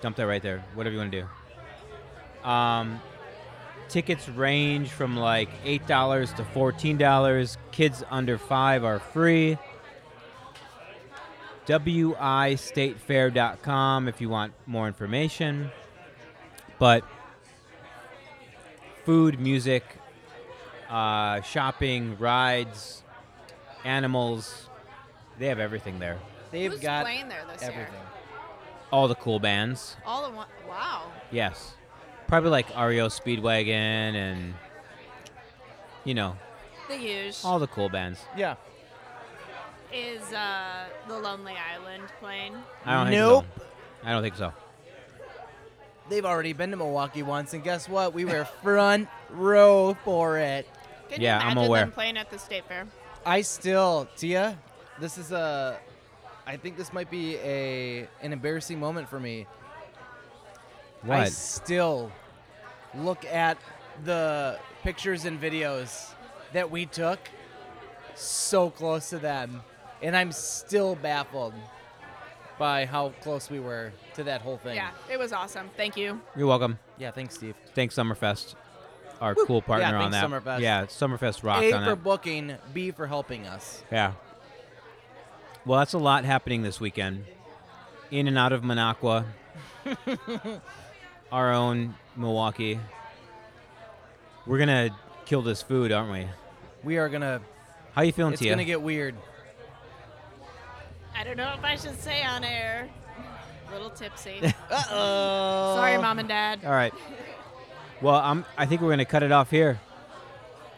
S1: Dump that right there. Whatever you want to do. Um, tickets range from like eight dollars to fourteen dollars. Kids under five are free. WIStatefair.com if you want more information. But food, music, uh, shopping, rides, animals, they have everything there.
S4: They've
S3: Who's
S4: got
S3: playing there this
S4: everything.
S3: year?
S1: All the cool bands.
S3: All the one. Wow.
S1: Yes. Probably like REO Speedwagon and you know
S3: The huge
S1: all the cool bands.
S4: Yeah.
S3: is uh, the Lonely Island playing.
S1: I don't
S4: Nope.
S1: think so. I don't think so.
S4: They've already been to Milwaukee once, and guess what? We were front row for it.
S3: Can
S1: Yeah,
S3: you
S1: I'm
S3: imagine
S1: aware.
S3: them playing at the state fair?
S4: I still, Tia, this is a. I think this might be a an embarrassing moment for me. I
S1: What?
S4: still look at the pictures and videos that we took so close to them, and I'm still baffled by how close we were to that whole thing.
S3: Yeah, it was awesome. Thank you.
S1: You're welcome.
S4: Yeah. Thanks, Steve.
S1: Thanks Summerfest, our cool partner on that.
S4: thanks, Summerfest.
S1: Yeah, Summerfest rocked
S4: a
S1: on
S4: for
S1: that.
S4: booking. B for helping us.
S1: Yeah. Well, that's a lot happening this weekend. In and out of Minocqua, our own Milwaukee. We're gonna kill this food, aren't we?
S4: We are gonna.
S1: How you feeling,
S4: It's
S1: Tia?
S4: gonna get weird.
S3: I don't know if I should say on air. Little tipsy.
S4: Uh oh.
S3: Sorry, mom and dad.
S1: All right. Well, I'm. I think we're gonna cut it off here.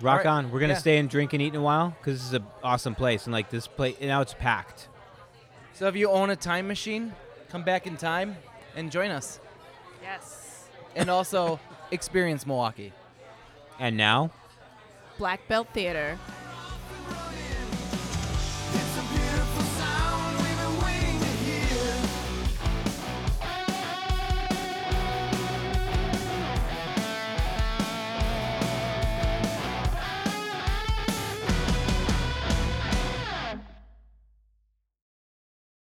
S1: Rock
S4: right.
S1: on. We're gonna
S4: Yeah.
S1: stay and drink and eat in a while because this is an awesome place and like this place now it's packed.
S4: So if you own a time machine, come back in time and join us,
S3: Yes.
S4: and also experience Milwaukee.
S1: And now.
S3: Black Belt Theater.